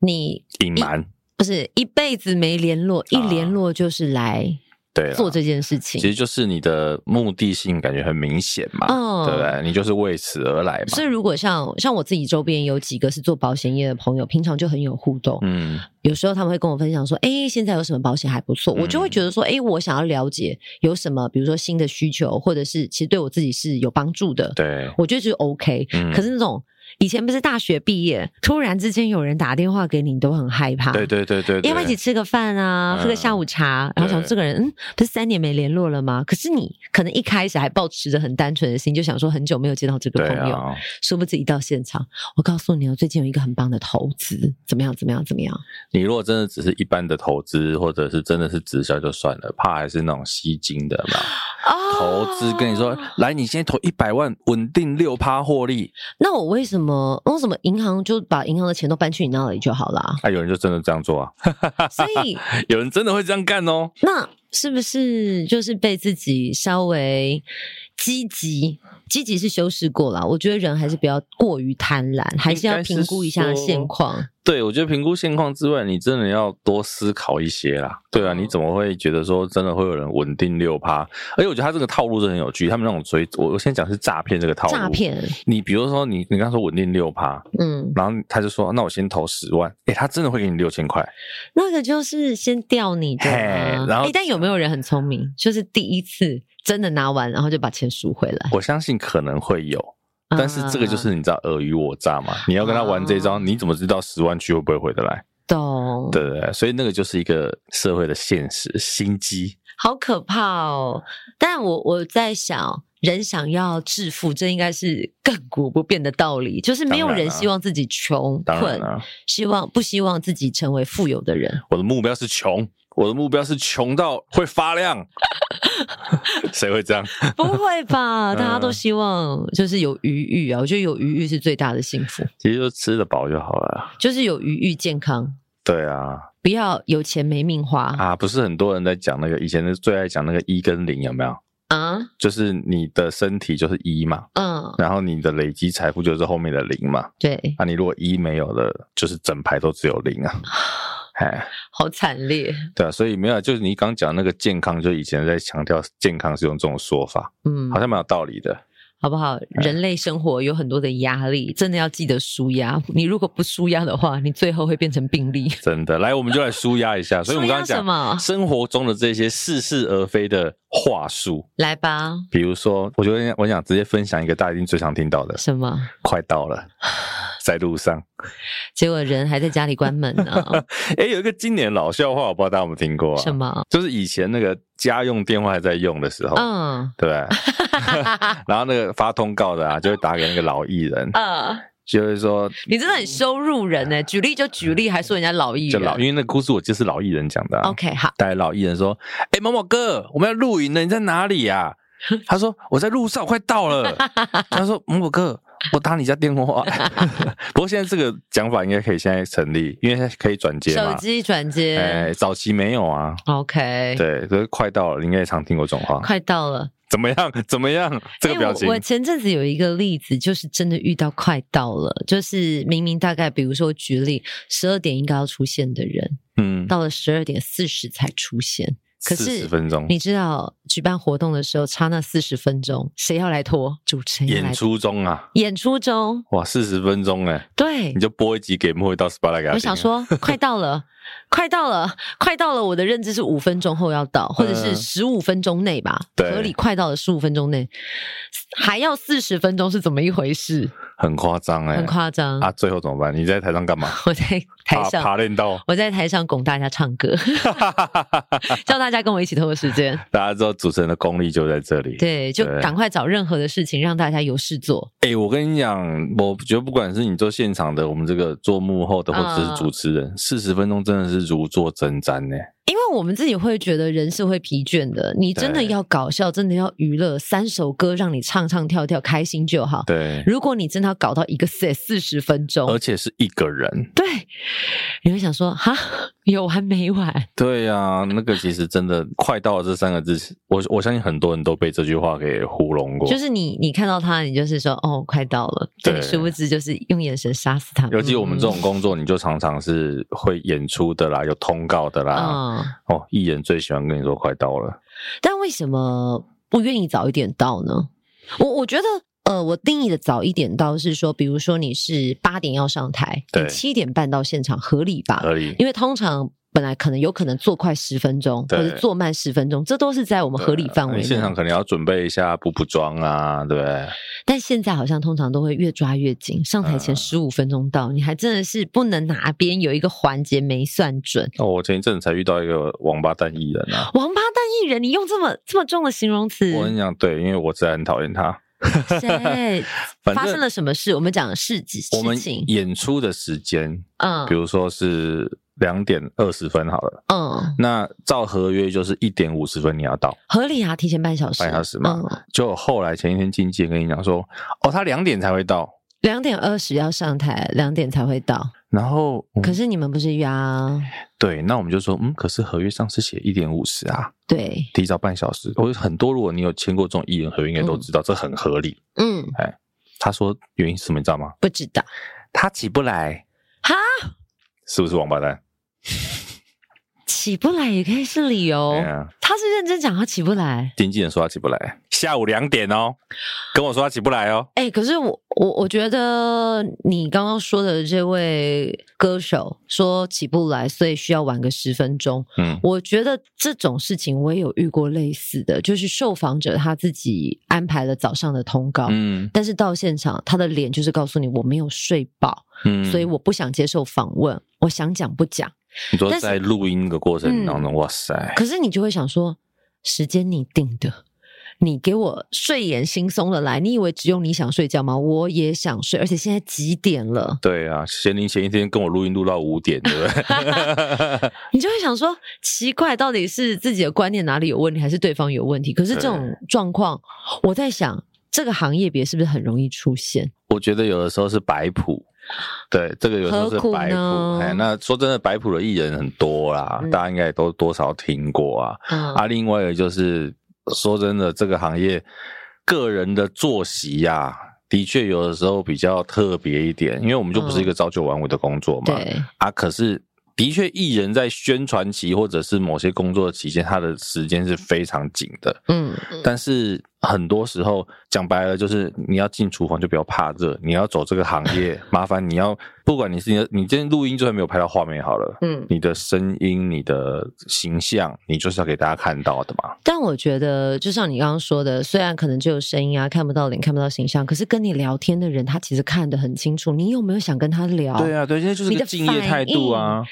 B: 你
A: 隐瞒，
B: 不是一辈子没联络，一
A: 啊
B: 联络就是来
A: 对啦，
B: 做这件事
A: 其
B: 情。
A: 实就是你的目的性感觉很明显嘛，
B: 嗯
A: 对不对？你就是为此而来嘛
B: 所以，。如果像像我自己周边有几个是做保险业的朋友，平常就很有互动，
A: 嗯，
B: 有时候他们会跟我分享说：“哎、现在有什么保险还
A: 嗯
B: 不错？”我就会觉得说：“哎、我想要了解有什么，比如说新的需求，或者是其实对我自己是有帮助的。”，
A: 对，
B: 我觉得就是 OK、
A: 嗯
B: 可是那种以前不是大学毕业，突然之间有人打电话给你，你都很害怕。
A: 对对对对对，
B: 要不要一起吃个饭啊，
A: 嗯
B: 喝个下午茶？然后想
A: 对
B: 这个人，嗯，不是三年没联络了吗？可是你可能一开始还抱持着很单纯的心，就想说很久没有见到这个
A: 对
B: 朋友，
A: 啊，
B: 殊不知一到现场，我告诉你哦，最近有一个很棒的投资，怎么样？怎么样？怎么样？
A: 你如果真的只是一般的投资，或者是真的是直销就算了，怕还是那种吸金的嘛。
B: 啊
A: 投资跟你说，
B: 哦
A: 来，你先投一百万，稳定六趴获利。
B: 那我为什么为什么银行就把银行的钱都搬去你那里就好 啦？
A: 啊，有人就真的这样做啊，
B: 所以
A: 有人真的会这样干哦。
B: 那是不是就是被自己稍微积极？积极是修饰过了，我觉得人还是不要过于贪婪，还是要评估一下现况。
A: 对，我觉得评估现况之外，你真的要多思考一些啦。对啊，
B: 嗯
A: 你怎么会觉得说真的会有人稳定六趴？而且我觉得他这个套路是很有趣，他们那种追，我我先讲是诈骗这个套路。
B: 诈？骗，
A: 你比如说你你刚说稳定六趴，
B: 嗯，
A: 然后他就说那我先投十万，诶，他真的会给你六千块。
B: 那个就是先钓你的、啊
A: 嘿。然后
B: 诶但有没有人很聪明，就是第一次真的拿完，然后就把钱赎回来？
A: 我相信可能会有，但是这个就
B: 啊
A: 是你知道尔虞我诈嘛，你要跟他玩这一招，
B: 啊
A: 你怎么知道十万区会不会回得来？
B: 懂，
A: 对对对，所以那个就是一个社会的现实心机。
B: 好可怕哦！但我我在想，人想要致富，这应该是亘古不变的道理，就是没有
A: 当然
B: 人
A: 啊
B: 希望自己穷
A: 当
B: 困
A: 然，啊，
B: 希望不希望自己成为富有 的人。
A: 我的目标是穷，我的目标是穷到会发亮。谁会这样？
B: 不会吧？
A: 嗯
B: 大家都希望就是有余裕啊！我觉得有余裕是最大的幸福，
A: 其实就吃得饱就好了。
B: 就是有余裕健康，
A: 对啊，
B: 不要有钱没命花啊
A: 啊，不是很多人在讲那个以前的最爱讲那个一跟零有没有？就是你的身体就是一嘛，
B: 啊嗯，
A: 然后你的累积财富就是后面的零嘛。啊
B: 对，
A: 那、你如果一没有了，就是整排都只有零啊。哎，
B: 好惨烈，
A: 对啊，所以没有，就是你刚讲那个健康，就以前在强调健康是用这种说法，
B: 嗯，
A: 好像蛮有道理的。嗯
B: 好不好？人类生活有很多的压力，真的要记得舒压。你如果不舒压的话，你最后会变成病例。
A: 真的，来，我们就来舒压一下。所以我们刚刚
B: 舒压什么
A: 讲生活中的这些似是而非的话术，
B: 来吧，
A: 比如说，我觉得我想直接分享一个大家一定最常听到的，
B: 什么？
A: 快到了，在路上。
B: 结果人还在家里关门呢、
A: 哎，有一个经典老笑话，我不知道大家有没有听过啊？
B: 什？么？
A: 就是以前那个家用电话还在用的时候，
B: 嗯
A: 对不对？ 然后那个发通告的啊，就会打给那个老艺人，
B: 呃，
A: 就会说
B: 你真的很羞辱人呢、举例就举例，还说人家老艺
A: 嗯就
B: 人。
A: 老，因为那个故事我记得是老艺人讲的、啊。
B: OK，好，
A: 带老艺人说：“哎、某某哥，我们要露营了，你在哪里呀、 他说：“我在路上，我快到了。”他说：“某某哥，我打你家电话。” 不过现在这个讲法应该可以现在成立，因为现在可以转接
B: 手
A: 嘛。
B: 机转接。
A: 哎、早期没有啊。
B: OK，
A: 对，所以快到了，你应该也常听过这种话。
B: 快到了。
A: 怎么样？ 怎么样？这个
B: 哎
A: 表情
B: 我。我前阵子有一个例子，就是真的遇到快到了，就是明明大概，比如说我举例，十二点应该要出现的人，
A: 嗯，
B: 到了十二点四十才出现，可
A: 四
B: 是
A: 十分钟
B: 你知道举办活动的时候差那四十分钟，谁要来拖？主持人要来
A: 演出中啊，
B: 演出中，
A: 哇，四十分钟哎、
B: 对
A: 你，就播一集给莫一到 SPA 来给他。啊
B: 我想，说快到了。快到了，快到了！我的认知是五分钟后要到，或者是
A: 嗯
B: 十五分钟内吧，
A: 对
B: 合理快到了十五分钟内，还要四十分钟是怎么一回事？
A: 很夸张哎，
B: 很夸张。
A: 啊！最后怎么办？你在台上干嘛？
B: 我在嗯台
A: 爬
B: 上，
A: 爬练到，
B: 我在台上拱大家 唱歌，叫大家跟我一起拖时间。
A: 大家知道主持人的功力就在这里。
B: 对，就
A: 对
B: 赶快找任何的事情让大家有事做。
A: 哎、我跟你讲，我觉得不管是你做现场的，我们这个做幕后的，或者
B: 嗯
A: 是主持人，四十、分钟真的是如坐针毡呢。
B: 因为我们自己会觉得人是会疲倦的，你真的
A: 对
B: 要搞笑，真的要娱乐，三首歌让你唱唱跳跳，开心就好。
A: 对，
B: 如果你真的要搞到一个 set 四十分
A: 而
B: 钟，
A: 且是一个人。
B: 对，你会想说哈， 有完没完？
A: 对呀、那个其实真的快到了这三个字，我我相信很多人都被这句话给糊弄过。
B: 就是你你看到他，你就是说哦，快到了，但你
A: 对
B: 殊不知就是用眼神杀死他。
A: 尤其我们这种
B: 嗯
A: 工作，你就常常是会演出的啦，有通告的啦。
B: 嗯
A: 哦，艺人最喜欢跟你说快到了，
B: 但为什么不愿意早一点到呢？我我觉得，呃，我定义的早一点到是说，比如说你是八点要上台，
A: 对
B: 你七点半到现场合理吧？
A: 合理。
B: 因为通常本来可能有可能做快十分钟，或
A: 对
B: 者做慢十分钟，这都是在我们合理范围
A: 啊你
B: 内。
A: 现场可能要准备一下补补妆啊，对不对？
B: 但现在好像通常都会越抓越紧，上台前
A: 嗯
B: 十五分钟到，你还真的是不能哪边有一个环节没算准。
A: 哦，我前一阵子才遇到一个王八蛋艺人啊。
B: 王八蛋艺人，你用这么这么重的形容词，
A: 我跟你讲，对，因为我真的很讨厌他。
B: 谁
A: 反
B: 发
A: 正
B: 生了什么事？我们讲事情，
A: 我们
B: 事情，
A: 演出的时间，
B: 嗯
A: 比如说是两点二十分好了，
B: 嗯，
A: 那照合约就是一点五十分你要到。
B: 合理啊，提前半小时，
A: 半小时嘛
B: 嗯，
A: 就后来前一天经纪人跟你讲说，哦，他两点才会到。
B: 两点二十要上台，两点才会到。
A: 然后，嗯
B: 可是你们不是约啊？
A: 对，那我们就说，嗯，可是合约上是写一点五十啊，
B: 对，
A: 提早半小时。我很多，如果你有签过这种艺人合约，应该都知道、这很合理。
B: 嗯，
A: 他说原因是什么，你知道吗？
B: 不知道
A: 他起不来，
B: 哈，
A: 是不是王八蛋？
B: 起不来也可以是理由。
A: 对啊
B: 他是认真讲他起不来。
A: 经纪人说他起不来，下午两点哦，跟我说他起不来哦。
B: 哎、可是我我我觉得你刚刚说的这位歌手说起不来，所以需要晚个十分钟。
A: 嗯，
B: 我觉得这种事情我也有遇过类似的，就是受访者他自己安排了早上的通告，
A: 嗯
B: 但是到现场他的脸就是告诉你我没有睡饱，
A: 嗯
B: 所以我不想接受访问，我想讲不讲。
A: 你说
B: 但是嗯
A: 在录音的过程当中，哇塞，
B: 可是你就会想说，时间你定的。你给我睡眼惺忪的来，你以为只有你想睡觉吗？我也想睡，而且现在几点了？
A: 对啊，贤玲前一天跟我录音录到五点，对不 对？
B: 你就会想说，奇怪，到底是自己的观念哪里有问题，还是对方有问题？可是这种状况，我在想，这个行业别是不是很容易出现？
A: 我觉得有的时候是摆谱，对，这个有时候
B: 何苦
A: 是摆
B: 呢
A: 谱。哎，那说真的，摆谱的艺人很多啦，
B: 嗯
A: 大家应该也都多少听过啊。
B: 嗯，
A: 啊，另外一个就是说真的，这个行业个人的作息呀、的确有的时候比较特别一点，因为我们就不是一个朝九晚五的工作嘛。
B: 嗯对，
A: 啊，可是的确，艺人在宣传期或者是某些工作期间，他的时间是非常紧的。
B: 嗯，
A: 但是很多时候讲白了，就是你要进厨房就不要怕热，你要走这个行 业，麻烦你要不管你是你的，你今天录音就算没有拍到画面好了，
B: 嗯。
A: 你的声音、你的形象，你就是要给大家看到的嘛。
B: 但我觉得，就像你刚刚说的，虽然可能只有声音啊，看不到脸，看不到形象，可是跟你聊天的人，他其实看得很清楚。你有没有想跟他聊？
A: 对啊，对，现在就是
B: 你
A: 个
B: 的哦
A: 敬业态度啊。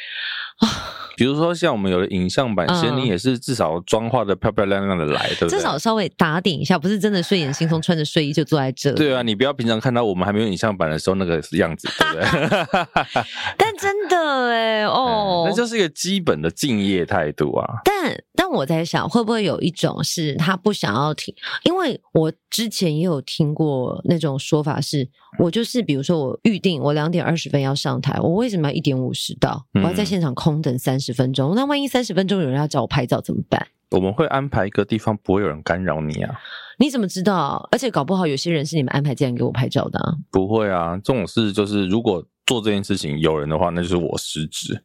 A: 比如说，像我们有的影像版，仙
B: 嗯
A: 女也是至少妆化的漂漂亮亮的来，对不对？啊
B: 至少稍微打点一下，不是真的睡眼惺忪，穿着睡衣就坐在这。
A: 对啊，你不要平常看到我们还没有影像版的时候那个 样子，对不对？
B: 但真的 哎、哦，
A: 嗯那就是一个基本的敬业态度啊。
B: 但但我在想，会不会有一种是他不想要听？因为我之前也有听过那种说法是，我就是比如说我预定我两点二十分要上台，我为什么要一点五十到？我
A: 嗯
B: 要在现场空等三十分钟？那万一三十分钟有人要找我拍照怎么办？
A: 我们会安排一个地方，不会有人干扰你啊，
B: 你怎么知道？而且搞不好有些人是你们安排这样给我拍照的、啊，
A: 不会啊。这种事就是，如果做这件事情有人的话，那就是我失职。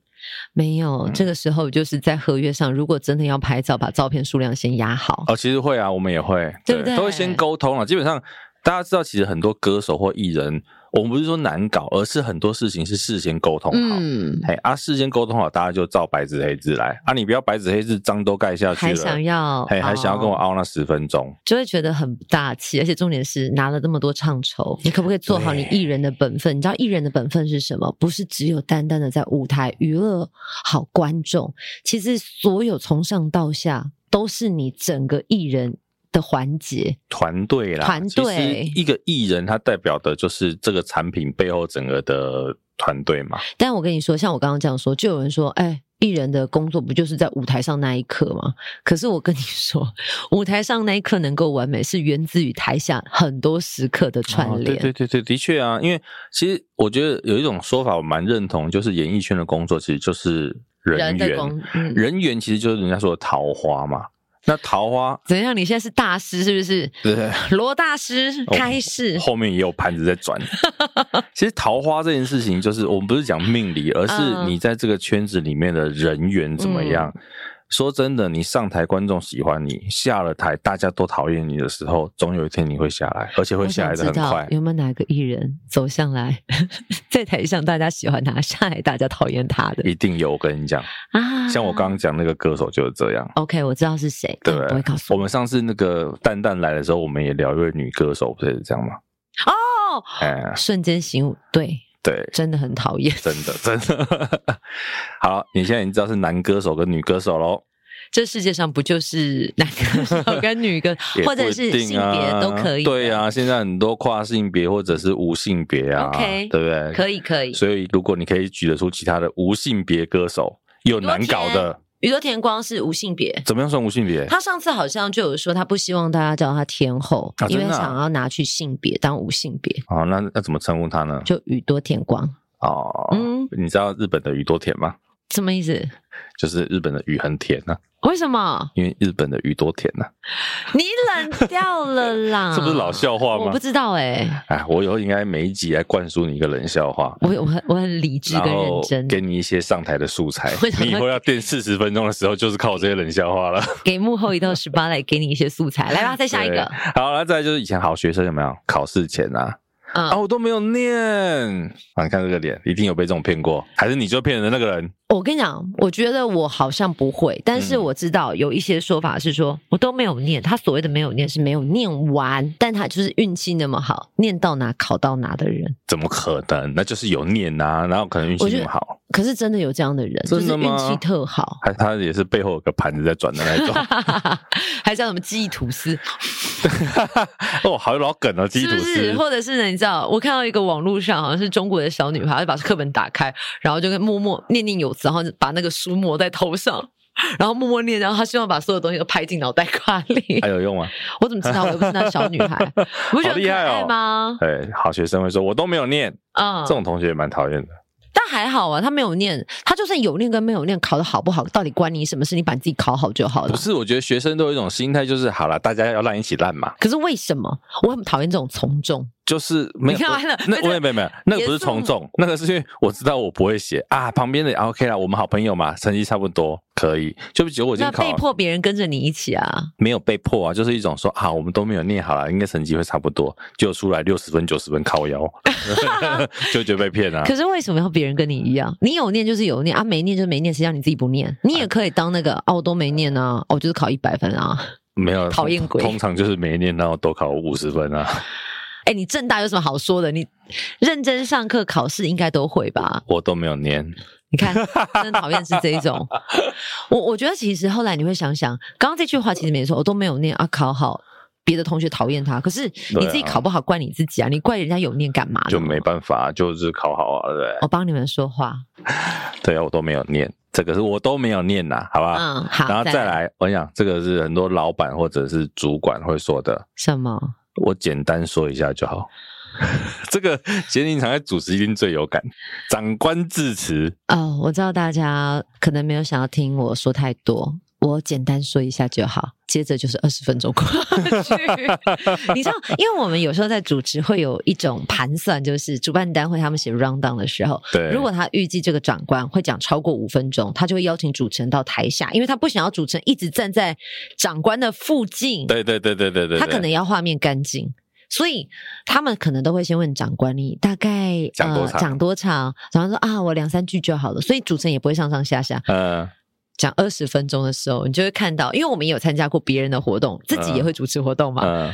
B: 没有，这个时候就是在合约上，如果真的要拍照，把照片数量先压好。
A: 哦，其实会啊，我们也会，
B: 对不对
A: 都会先沟通啊了。基本上大家知道，其实很多歌手或艺人，我们不是说难搞，而是很多事情是事先沟通好。
B: 嗯，
A: 哎、啊，事先沟通好，大家就照白纸黑字来啊！你不要白纸黑字，章都盖下去
B: 还
A: 了，
B: 想要，
A: 嘿还想要跟我
B: 哦
A: 凹那十分钟，
B: 就会觉得很不大气，而且重点是拿了这么多唱酬，你可不可以做好你
A: 对
B: 艺人的本分？你知道艺人的本分是什么？不是只有单单的在舞台娱乐好观众，其实所有从上到下都是你整个艺人的环节。
A: 团队啦，
B: 团队
A: 其实一个艺人他代表的就是这个产品背后整个的团队嘛。
B: 但我跟你说，像我刚刚这样说，就有人说，哎。艺人的工作不就是在舞台上那一刻吗？可是我跟你说，舞台上那一刻能够完美，是源自于台下很多时刻的串
A: 哦
B: 联。
A: 对对对对，的确啊，因为其实我觉得有一种说法我蛮认同，就是演艺圈的工作其实就是人
B: 人的
A: 缘，
B: 工，嗯
A: 人缘其实就是人家说的桃花嘛。那桃花
B: 怎样？你现在是大师是不是？
A: 对对
B: 罗大师
A: 哦
B: 开市，
A: 后面也有盘子在 转。其实桃花这件事情，就是我们不是讲命理，而是
B: 嗯
A: 你在这个圈子里面的人缘怎么样。说真的，你上台观众喜欢你，下了台大家都讨厌你的时候，总有一天你会下来，而且会
B: 我
A: 下
B: 想
A: 来的
B: 知
A: 很
B: 道
A: 快。
B: 有没有哪个艺人走上来，在台上大家喜欢他，下来大家讨厌他的
A: 一定有，我跟你讲，
B: 啊？
A: 像我刚刚讲那个歌手就是这样。
B: OK，我知道是谁，
A: 对哦
B: 但我不会告诉
A: 我
B: 我
A: 们上次那个蛋蛋来的时候，我们也聊一位女歌手，不是也是这 样吗？
B: 哦。
A: 哎、
B: 瞬间醒悟，对，
A: 对，
B: 真的很讨厌。
A: 真的 真的。好，你现在已经知道是男歌手跟女歌手喽。
B: 这世界上不就是男 歌手跟女歌
A: 也，
B: 或者
A: 不一
B: 是
A: 定
B: 性别
A: 啊
B: 都可以？
A: 对啊，，现在很多跨性别或者是无性别啊
B: OK，
A: 对不对？
B: 可
A: 以。
B: 以可以。
A: 所以如果你可以举得出其他的无性别歌手，有难搞的，
B: 宇多田光是无性别，
A: 怎么样算无性别？
B: 他上次好像就有说，他不希望大家叫他天后，
A: 啊
B: 因为
A: 真的啊
B: 想要拿去性别当无性别，
A: 哦，那那怎么称呼他呢？
B: 就宇多田光。
A: 哦，
B: 嗯
A: 你知道日本的宇多田吗？
B: 什么意思？
A: 就是日本的雨很甜呐、
B: 为什么
A: 啊因为日本的宇多田呐、
B: 你冷掉了 啦？
A: 这不是老笑话
B: 啊我
A: 吗
B: 不？知道哎、
A: 哎，我以后应该每一集来灌输你一个冷笑话，
B: 我我很我很理智
A: 然
B: 跟
A: 后
B: 认真，
A: 给
B: 给
A: 你一些上台的素材
B: 我。想
A: 你以后要垫四十分钟的时候，就是靠这些冷笑 话了。
B: 幕后一到十八来给你一些素材，来吧，再下一个
A: 对。。好，那再来就是以前好学生有没有考试前啊？
B: 嗯
A: 啊，我都没有念啊！你看这个脸，一定有被这种骗过，还是你就骗人的那个人？
B: 我跟你讲，我觉得我好像不会，但是
A: 嗯
B: 我知道有一些说法是说我都没有念，他所谓的没有念是没有念完，但他就是运气那么好，念到哪考到哪的人。
A: 怎么可能？那就是有念啊，然后可能运
B: 我
A: 气
B: 觉得
A: 不好，
B: 可是真的有这样的人，就
A: 真
B: 是
A: 的吗
B: 运气特好，
A: 他他也是背后有个盘子在转的那一种。
B: 还叫什么记忆吐司，
A: 哦，好老梗哦，基
B: 是
A: 础
B: 不是？或者是呢？你知道，我看到一个网络上好像是中国的小女孩，她就把课本打开，然后就跟默默念念有词，然后就把那个书抹在头上。 然后默默念，然后她希望把所有东西都拍进脑袋瓜里
A: 还。有用吗？
B: 我怎么知道？我又不是那小女孩，你不觉
A: 哎好
B: 得很
A: 厉
B: 可
A: 害哦
B: 爱吗？
A: 对，好学生会说，我都没有念，
B: 啊、
A: 这种同学也蛮讨厌的。
B: 但还好啊，她没有念，她就算有念跟没有念，考的好不好，到底关你什么事？你把你自己考好就好了
A: 不。是，我觉得学生都有一种心态，就是好了，大家要烂一起烂嘛，
B: 可是为什么我很讨厌这种从众？
A: 就是没有。
B: 你看完了
A: 那
B: 不
A: 我
B: 是
A: 也没有没有，那个
B: 严
A: 不是
B: 肃
A: 从众，那个是因为我知道我不会写啊，旁边的啊 OK 啦，我们好朋友嘛，成绩差不多，可以。就结果我已经
B: 那
A: 考
B: 被迫别人跟着你一起啊？
A: 没有被迫啊，就是一种说啊，我们都没有念好了，应该成绩会差不多，就出来六十分九十分靠 腰，就觉得被骗啊。
B: 可是为什么要别人跟你一样？你有念就是有念啊，没念就没念，谁让你自己不念？你也可以当那个哦，我都没念啊，哦，我就是考一百分啊。
A: 没有
B: 讨厌鬼
A: 通常就是没念到都考五十分啊。
B: 哎，你正大有什么好说的？你认真上课考试应该都会吧？
A: 我都没有念，
B: 你看，真的讨厌是这一种。我我觉得其实后来你会想想，刚刚这句话其实没错，我都没有念啊，考好。别的同学讨厌他，可是你自
A: 对
B: 己
A: 啊
B: 考不好怪你自己啊！你怪人家有念干嘛呢？
A: 就没办法，就是考好啊，对不对？
B: 我帮你们说话。
A: 对啊，我都没有念，这个是我都没有念呐，好不好？
B: 嗯，好，
A: 啊然后再来，我跟你讲，这个是很多老板或者是主管会说的，
B: 什么？
A: 我简单说一下就好。 这个咸宁常在主持一定最有感，长官致辞，
B: 呃哦，我知道大家可能没有想要听我说太多。
D: 我简单说一下就好，接着就是二十分钟过去。
B: 你知道，因为我们有时候在主持会有一种盘算，就是主办单位他们写 round down 的时候，
A: 对，
B: 如果他预计这个长官会讲超过五分钟，他就会邀请主持人到台下，因为他不想要主持人一直站在长官的附近，
A: 对对对对对对，
B: 他可能要画面干净。所以他们可能都会先问长官你大概
A: 讲多
B: 呃
A: 长
B: 讲多长，长官说啊我两三句就好了，所以主持人也不会上上下下。
A: 嗯
B: 讲二十分钟的时候，你就会看到，因为我们也有参加过别人的活动，自己也会主持活动嘛，
A: 嗯，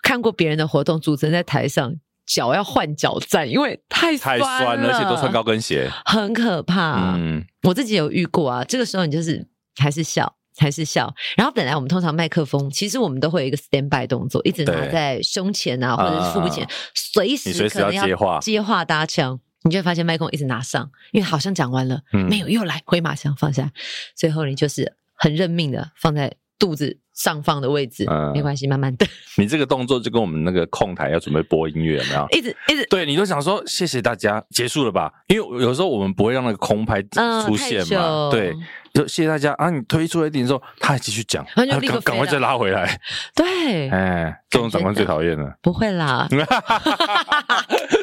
B: 看过别人的活动，主持人在台上脚要换脚站，因为太
A: 太
B: 酸啊
A: 酸了，而且都穿高跟鞋，
B: 很可怕。
A: 嗯，
B: 我自己有遇过啊，这个时候你就是还是笑。还是笑，然后本来我们通常麦克风，其实我们都会有一个 stand by 动作，一直拿
A: 对
B: 在胸前啊，或者是腹部前，
A: 啊
B: 随
A: 你
B: 时
A: 随时
B: 可能
A: 要接话
B: 接话搭腔，你就会发现麦克风一直拿上，因为好像讲完了，
A: 嗯
B: 没有又来回马枪放下，最后你就是很认命的放在肚子上方的位置，
A: 嗯
B: 没关系，慢慢等，
A: 你这个动作就跟我们那个控台要准备播音乐有没有？
B: 一直一直
A: 对你都想说谢谢大家，结束了吧？因为有时候我们不会让那个空拍
B: 嗯
A: 出现嘛，
B: 太久
A: 对，就谢谢大家啊！你推出了一点之后，他还继续讲，
B: 然后就立刻
A: 赶赶快
B: 飞了
A: 再拉回来，
B: 对，
A: 哎，这种长官最讨厌了，
B: 不 会啦，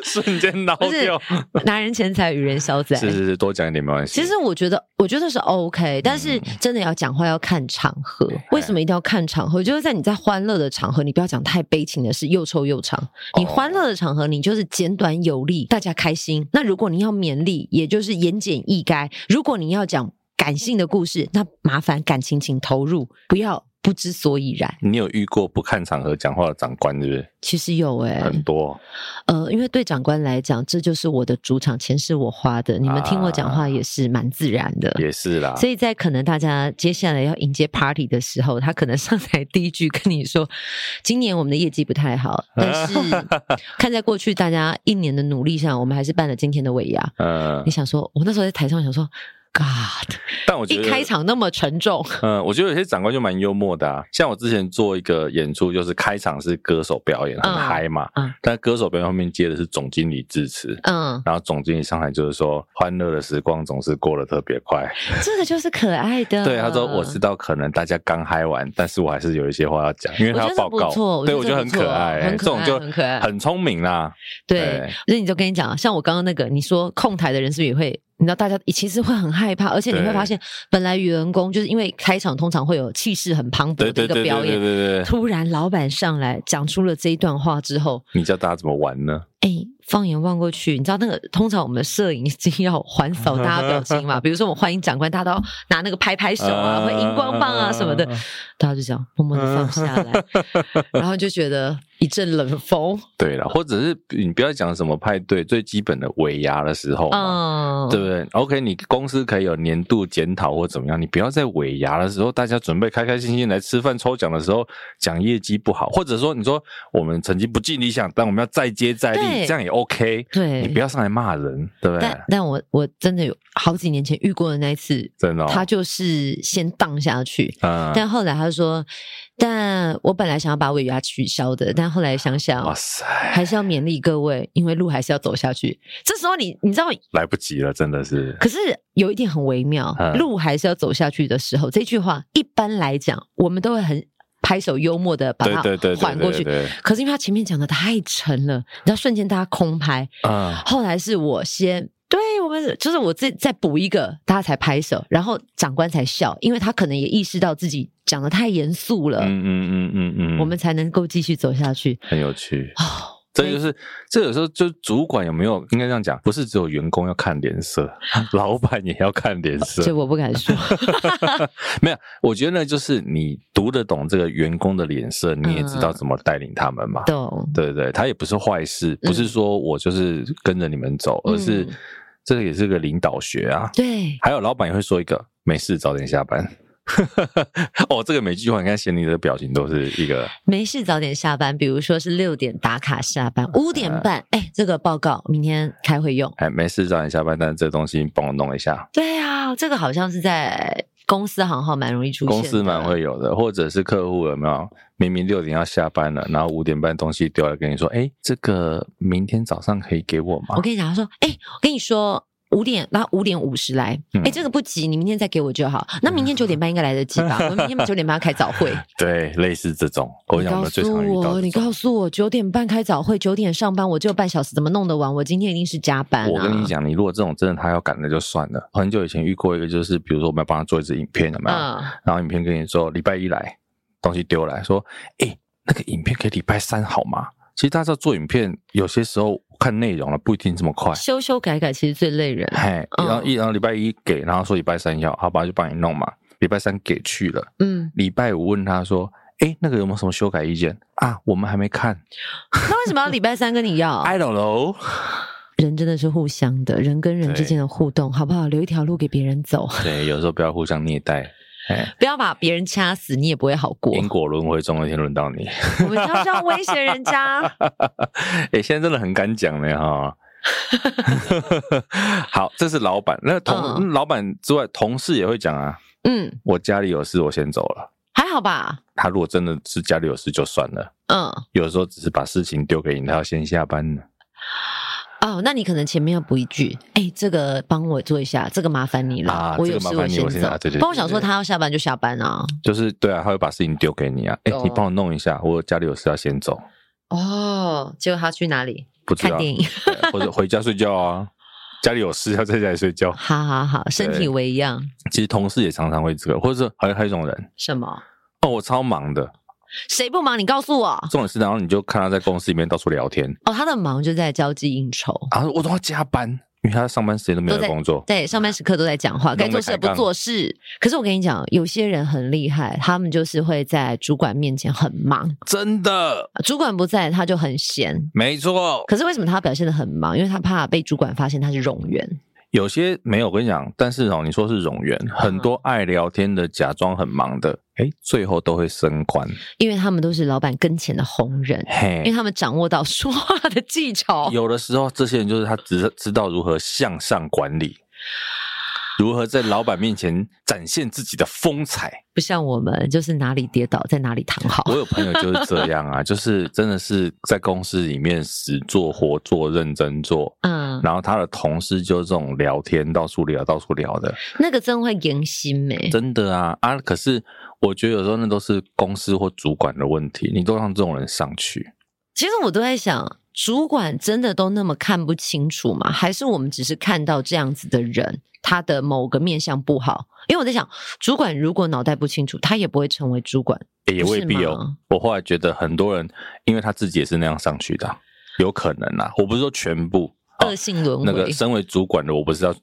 A: 瞬间挠
B: 不是
A: 掉。
B: 拿人钱财与人消灾，
A: 是是是，多讲一点没关系。
B: 其实我觉得，我觉得是 OK，但是真的要讲话要看场合。为什么一定要看场合？就是在你在欢乐的场合，你不要讲太悲情的事，又臭又长。你欢乐的场合，你就是简短有力，大家开心。那如果你要勉励，也就是言简意赅；如果你要讲感性的故事，那麻烦感情请投入，不要不知所以然。
A: 你有遇过不看场合讲话的长官，是不是？
B: 其实有诶、
A: 很多
B: 呃，因为对长官来讲，这就是我的主场，钱是我花的。你们听我讲话也是蛮自然的。
A: 也是啦。
B: 所以在可能大家接下来要迎接 party 的时候，他可能上台第一句跟你说：“今年我们的业绩不太好，但是看在过去大家一年的努力上，我们还是办了今天的尾牙。”
A: 嗯
B: 你，想说，我那时候在台上想说，God，
A: 但我觉
B: 一
A: 得
B: 开场那么沉重，
A: 嗯，我觉得有些长官就蛮幽默的啊。像我之前做一个演出，就是开场是歌手表演，很
B: 嗯
A: 嗨嘛。
B: 嗯
A: 但歌手表演后面接的是总经理致辞，
B: 嗯，
A: 然后总经理上台就是说：“欢乐的时光总是过得特别快。
B: 这个就是可爱的。
A: 对，他说：“
B: 嗯
A: 我知道可能大家刚嗨完，但是我还是有一些话要讲，因为他要报告
B: 我觉得这不。错”
A: 对，
B: 我
A: 我
B: 觉
A: 觉
B: 得
A: 得很
B: 这不错
A: 可爱，
B: 很
A: 这
B: 可爱
A: 种就
B: 很可爱
A: 很聪明啦。哎
B: 对
A: 对，
B: 所以你就跟你讲，像我刚刚那个，你说控台的人是不是也会？你知道大家其实会很害怕，而且你会
A: 对
B: 发现，本来员工就是因为开场通常会有气势很磅
A: 对
B: 礴的
A: 对
B: 一个
A: 对对
B: 表
A: 对
B: 演，
A: 对对，
B: 突然老板上来讲出了这一段话之后，
A: 你教大家怎么玩呢？
B: 哎，放眼望过去，你知道那个通常我们摄影机要环扫大家表 情嘛，比如说我们欢迎长官，大家都要拿那个拍拍手
A: 嗯
B: 啊，或荧光棒啊什么的，大家就这样默默的放下 来，然后就觉得一阵冷风，
A: 对了，或者是你不要讲什么派对，最基本的尾牙的时候嘛。
B: 嗯，
A: 对不对？OK，你公司可以有年度检讨或怎么样，你不要在尾牙的时候，大家准备开开心心来吃饭抽奖的时候讲业绩不好，或者说你说我们成绩不尽理想，但我们要再接再
B: 对
A: 厉，这样也 OK。
B: 对，
A: 你不要上来骂人，对不对
B: 但？但我我真的有好几年前遇过的那一次，
A: 真的、哦，
B: 他就是先荡下去，
A: 嗯，
B: 但后来他说，但我本来想要把尾牙取消的，但后来想想
A: 哇塞，
B: 还是要勉励各位，因为路还是要走下去。这时候你你知道，
A: 来不及了，真的是。
B: 可是有一点很微妙，
A: 嗯
B: 路还是要走下去的时候，这句话一般来讲，我们都会很拍手幽默的把
A: 对
B: 它
A: 对对对
B: 缓过
A: 对
B: 去
A: 对。对，
B: 可是因为他前面讲的太沉了，你知道瞬间大家空拍，
A: 嗯，
B: 后来是我先。对我们就是我自再补一个，大家才拍手，然后长官才笑，因为他可能也意识到自己讲的太严肃了，
A: 嗯嗯嗯嗯嗯，
B: 呃我们才能够继续走下去。
A: 很有趣。
B: 哦，
A: 这就是，这有时候就主管有没有应该这样讲，不是只有员工要看脸 色，老板也要看脸色。
B: 这我不 敢说。
A: 没有，我觉得呢，就是你读得懂这个员工的脸色，你也知道怎么带领他们嘛。
B: 懂，
A: 对对，他也不是坏事，不是说我就是跟着你们走，而是
B: 嗯
A: 这个也是个领导学啊。
B: 对，
A: 还有老板也会说一个没事，早点下班。 哦，这个每句话，你看贤妮的表情都是一个
B: 没事早点下班，比如说是六点打卡下班，五点半，哎，这个报告明天开会用。
A: 哎，没事早点下班，但是这东西帮我弄一下。
B: 对啊，这个好像是在公司行号蛮容易出现的，
A: 公司蛮会有的，或者是客户有没有？明明六点要下班了，然后五点半东西丢来跟你说，哎，这个明天早上可以给我吗
B: 我？跟你讲，他说：“哎、我跟你说，五点，然后五点五十来，哎、
A: 嗯
B: 这个不急，你明天再给我就好。那明天九点半应该来得及吧？ 我们明天九点半要开早 会。
A: 对，类似这种，我想我们最常遇到的
B: 你
A: 这种。
B: 告诉我九点半开早会，九点上班，我只有半小时，怎么弄得完？我今天一定是加班、啊。
A: 我跟你，讲，你如果这种真的他要赶的就算了。很久以前遇过一个，就是比如说我们要帮他做一支影片，有没有？
B: 嗯，
A: 然后影片跟你说礼拜一来，东西丢来说，哎、那个影片可以礼拜三好吗？其实大家知道做影片有些时候看内容了啊不一定这么快，
B: 修修改改其实最累人。
A: 嘿，
B: 嗯
A: 然后一然后礼拜一给，然后说礼拜三要，好吧就帮你弄嘛。礼拜三给去了，
B: 嗯，
A: 礼拜五问他说，哎、那个有没有什么修改意见啊？我们还没看
B: 那为什么要礼拜三跟你 要？
A: ，I don't know。
B: 人真的是互相的，人跟人之间的互动，好不好？留一条路给别人走，
A: 对，有时候不要互相虐待。哎，
B: 不要把别人掐死，你也不会好 过。
A: 因果轮回总有一天轮到你。
B: 我们要这样威胁人家，
A: 哎、现在真的很敢讲呢哈。 好，这是老板。那同、
B: 嗯
A: 老板之外，同事也会讲啊。
B: 嗯，
A: 我家里有事，我先走了。
B: 还好吧，
A: 他如果真的是家里有事就算了，
B: 嗯，
A: 有时候只是把事情丢给你，他要先下班呢。
B: 哦，那你可能前面要补一句，哎、这个帮我做一下，这个麻烦你了，
A: 啊
B: 我
A: 这
B: 有
A: 个麻
B: 事
A: 烦你
B: 先
A: 我先
B: 走
A: 啊。对对对
B: 不然我想说
A: 对对
B: 他要下班就下班啊。
A: 就是对啊，他会把事情丢给你啊。哎、
B: 哦
A: 你帮我弄一下，我家里有事要先走，
B: 哦，结果他去哪里？
A: 不知
B: 看
A: 道
B: 电影。
A: 对或者回家睡觉啊。家里有事要在家里睡觉。
B: 好好好，身体
A: 对
B: 为恙。
A: 其实同事也常常会这个，或者是还有还有一种人，
B: 什么？
A: 哦，我超忙的。
B: 谁不忙？你告诉我。
A: 重点是，然后你就看他在公司里面到处聊天，
B: 哦，他的忙就在交际应酬，
A: 啊，我都要加班，因为他上班时间都没有
B: 都
A: 在
B: 在
A: 工作。
B: 对，上班时刻都在讲话，
A: 弄得
B: 该做事的
A: 开
B: 不
A: 杠
B: 做事。可是我跟你讲，有些人很厉害，他们就是会在主管面前很忙，
A: 真的，
B: 主管不在他就很闲。
A: 没错。
B: 可是为什么他表现的很忙？因为他怕被主管发现他是冗员。
A: 有些没有，我跟你讲，但是哦，你说是冗员，
B: 嗯
A: 很多爱聊天的，假装很忙的，哎，最后都会升官。
B: 因为他们都是老板跟前的红人，因为
A: 嘿，
B: 他们掌握到 说话的技巧。
A: 有的时候这些人就是他只知道如何向上管理，如何在老板面前展现自己的风采。
B: 不像我们，就是哪里跌倒在哪里躺好
A: 我。有朋友就是这样啊，就是真的是在公司里面死做活做认真做，
B: 嗯，
A: 然后他的同事就这种聊天到处聊到处聊的，
B: 那个真会迎心欸没、
A: 真的啊啊！可是我觉得有时候那都是公司或主管的问题，你都让这种人上去，
B: 其实我都在想，主管真的都那么看不清楚吗？还是我们只是看到这样子的人，他的某个面相不好？因为我在想，主管如果脑袋不清楚，他也不会成为主管。
A: 诶也
B: 不
A: 未
B: 是
A: 必哦
B: 吗。
A: 我后来觉得很多人，因为他自己也是那样上去的啊，有可能啊。我不是说全部。啊
B: 恶性轮回，
A: 那个身为主管的，我不是要 就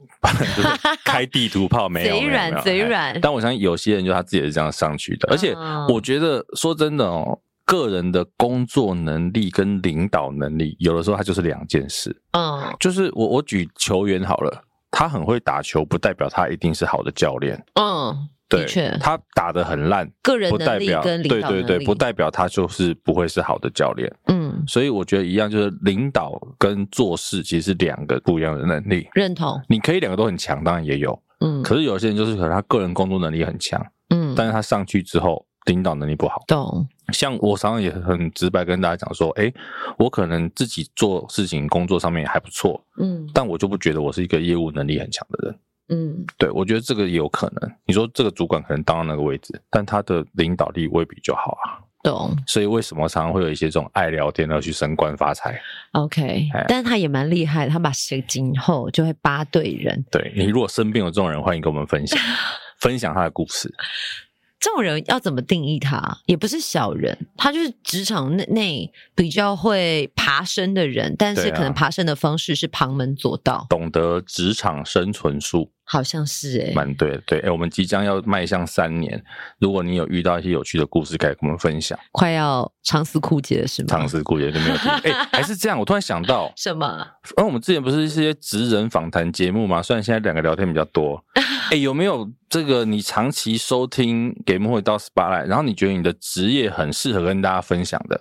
A: 是开地图炮，没有
B: 嘴
A: 没有
B: 软
A: 没有
B: 嘴
A: 哎
B: 软
A: 但我相信有些人就他自己也是这样上去的，而且
B: 嗯
A: 我觉得说真的哦，个人的工作能力跟领导能力，有的时候它就是两件事。
B: 嗯
A: 就是我我举球员好了，他很会打球，不代表他一定是好的教练。
B: 嗯，
A: 对
B: 的确，
A: 他打得很烂，
B: 个人
A: 不代
B: 能力
A: 表
B: 跟领
A: 对
B: 导能
A: 对
B: 力，
A: 对，不代表他就是不会是好的教练。
B: 嗯
A: 所以我觉得一样，就是领导跟做事其实是两个不一样的能力。
B: 认同，
A: 你可以两个都很强，当然也有，
B: 嗯
A: 可是有些人就是可能他个人工作能力很强，
B: 嗯，
A: 但是他上去之后领导能力不好。
B: 懂，
A: 像我常常也很直白跟大家讲说，诶，我可能自己做事情工作上面也还不错，
B: 嗯
A: 但我就不觉得我是一个业务能力很强的人。
B: 嗯，
A: 对，我觉得这个也有可能。你说这个主管可能当到那个位置，但他的领导力未必就好啊。
B: 懂
A: 所以为什么常常会有一些这种爱聊天的去升官发财？
B: ，OK，
A: 哎
B: 但是他也蛮厉害，他把十个井后就会八对人，
A: 对你如果身边有这种人，欢迎跟我们分享，分享他的故事。
B: 这种人要怎么定义他？也不是小人，他就是职场内内比较会爬升的人，但是
A: 对啊
B: 可能爬升的方式是旁门左道，
A: 懂得职场生存术，
B: 好像是欸诶、
A: 蛮对的。对，哎，我们即将要迈向三年，如果你有遇到一些有趣的故事，可以跟我们分享。
B: 快要长思枯竭了是吗？
A: 尝试故也就没有听。哎，还是这样，我突然想到，
B: 什么？
A: 那、哎我们之前不是一些职人访谈节目嘛？虽然现在两个聊天比较多，哎、有没有这个你长期收听《给幕会到 SPA 来，然后你觉得你的职业很适合跟大家分享的，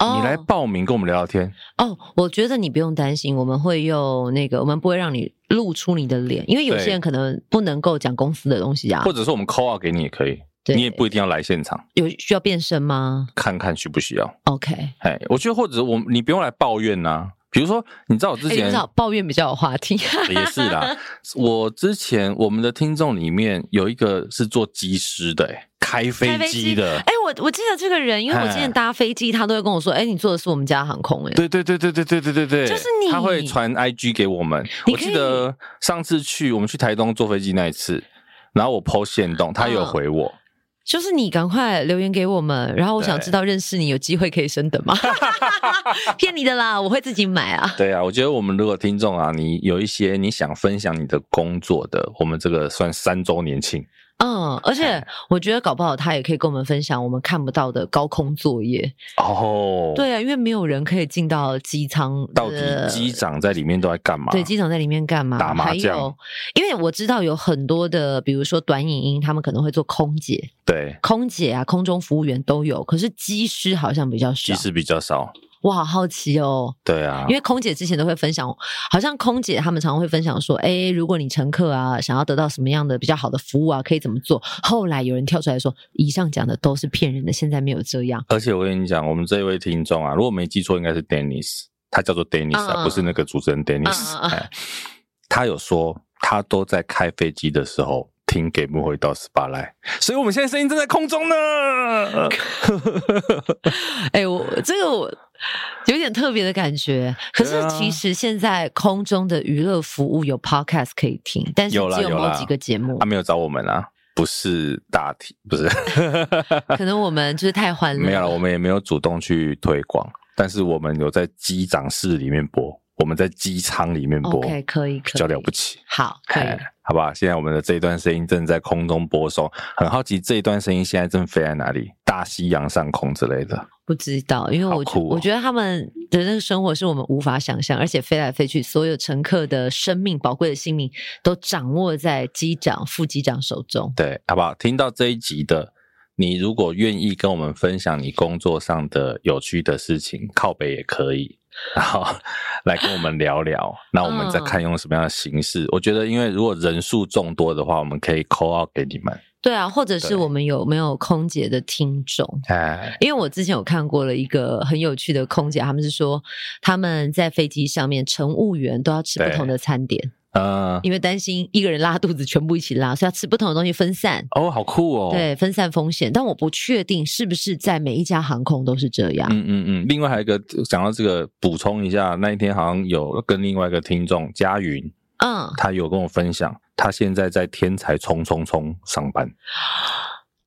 B: 哦
A: 你来报名跟我们聊聊天。
B: 哦，我觉得你不用担心，我们会用那个，我们不会让你露出你的脸，因为有
A: 对
B: 些人可能不能够讲公司的东西啊
A: 或，者说我们 call out 给你也可以，
B: 对
A: 你也不一定要来现场，
B: 有需要变身吗
A: 看看需不需要。
B: ？OK，
A: 哎，我觉得或者我们你不用来抱怨呐、比如说，你知道我之
D: 哎你
A: 前
D: 知道抱怨比较有话 题，
A: 也是啦，我之前我们的听众里面有一个是做机师的、欸，开飞机 的。
B: 哎、我我记得这个人，因为我之前
A: 哎
B: 搭飞机，他都会跟我说：“哎、你坐的是我们家航空、哎，
A: 对对对对对对对对对，
B: 就是你
A: 他会传 IG 给我们。
B: 你
A: 我
B: 可以
A: 记得上次去我们去台东坐飞机那一次，然后我 PO 线
B: 嗯
A: 动，他有回我，
B: 就是你赶快留言给我们，然后我想
A: 对
B: 知道认识你有机会可以升等吗？ 骗你的啦，我会自己买啊。
A: 对啊，我觉得我们如果听众啊，你有一些你想分享你的工作的，我们这个算三周年庆，
B: 嗯，而且
A: 哎
B: 我觉得搞不好他也可以跟我们分享我们看不到的高空作业。
A: 哦，，
B: 对啊，因为没有人可以进到机舱，
A: 到
B: 呃
A: 底机长在里面都在干嘛？
B: 对，机长在里面干嘛？
A: 打麻
B: 还
A: 将
B: 有，因为我知道有很多的，比如说短影音，他们可能会做空姐、
A: 对，
B: 空姐啊、空中服务员都有，可是机师好像比较少
A: 机。师比较少，
B: 我好好奇哦，
A: 对啊，
B: 因为空姐之前都会分享，好像空姐他们常会分享说，哎，如果你乘客啊想要得到什么样的比较好的服务啊，可以怎么做？后来有人跳出来说，以上讲的都是骗人的，现在没有这样。
A: 而且我跟你讲，我们这一位听众啊，如果没记错，应该是 Dennis，他叫做 Dennis
B: 嗯
A: 啊，
B: 嗯
A: 不是那个主持人 Dennis，、
B: 嗯嗯嗯
A: 哎他有说他都在开飞机的时候。听给幕会到 SPA 来，所以我们现在声音正在空 中呢。
B: 哎，我这个我有点特别的感觉。可
A: 对
B: 是
A: 啊
B: 其实现在空中的娱乐服务有 podcast 可以听，但是
A: 有啦
B: 只有
A: 有
B: 某
A: 啦
B: 几个节目
A: 他，没有找我们啊，不是大体，不是。
B: 可能我们就是太欢乐。
A: 没有了，我们也没有主动去推广，但是我们有在机长室里面播，我们在机舱里面播
B: OK，可以，可
A: 比
B: 以，
A: 较了不起。
B: 好，可以
A: 哎。好吧，现在我们的这一段声音正在空中播送，很好奇这一段声音现在正飞在哪里？大西洋上空之类的。
B: 不知道，因为
A: 好
B: 我觉、
A: 酷哦
B: 我觉得他们的那个生活是我们无法想象，而且飞来飞去，所有乘客的生命、宝贵的性命都掌握在机长、副机长手中。
A: 对，好不好？听到这一集的你，如果愿意跟我们分享你工作上的有趣的事情，靠北也可以，然后来跟我们聊聊。那我们再看用什么样的形式？我觉得，因为如果人数众多的话，我们可以 call out 给你们。
B: 对啊，或者是
A: 对
B: 我们有没有空姐的听众？
A: 哎，
B: 因为我之前有看过了一个很有趣的空姐，他们是说他们在飞机上面乘务员都要吃不
A: 对
B: 同的餐点，
A: 呃，
B: 因为担心一个人拉肚子全部一起拉，所以要吃不同的东西分散。
A: 哦，好酷哦。
B: 对，分散风险，但我不确定是不是在每一家航空都是这样。
A: 嗯嗯嗯，另外还有一个讲到这个，补充一下，那一天好像有跟另外一个听众佳云，
B: 嗯，
A: 他有跟我分享，他现在在天才冲冲冲上班，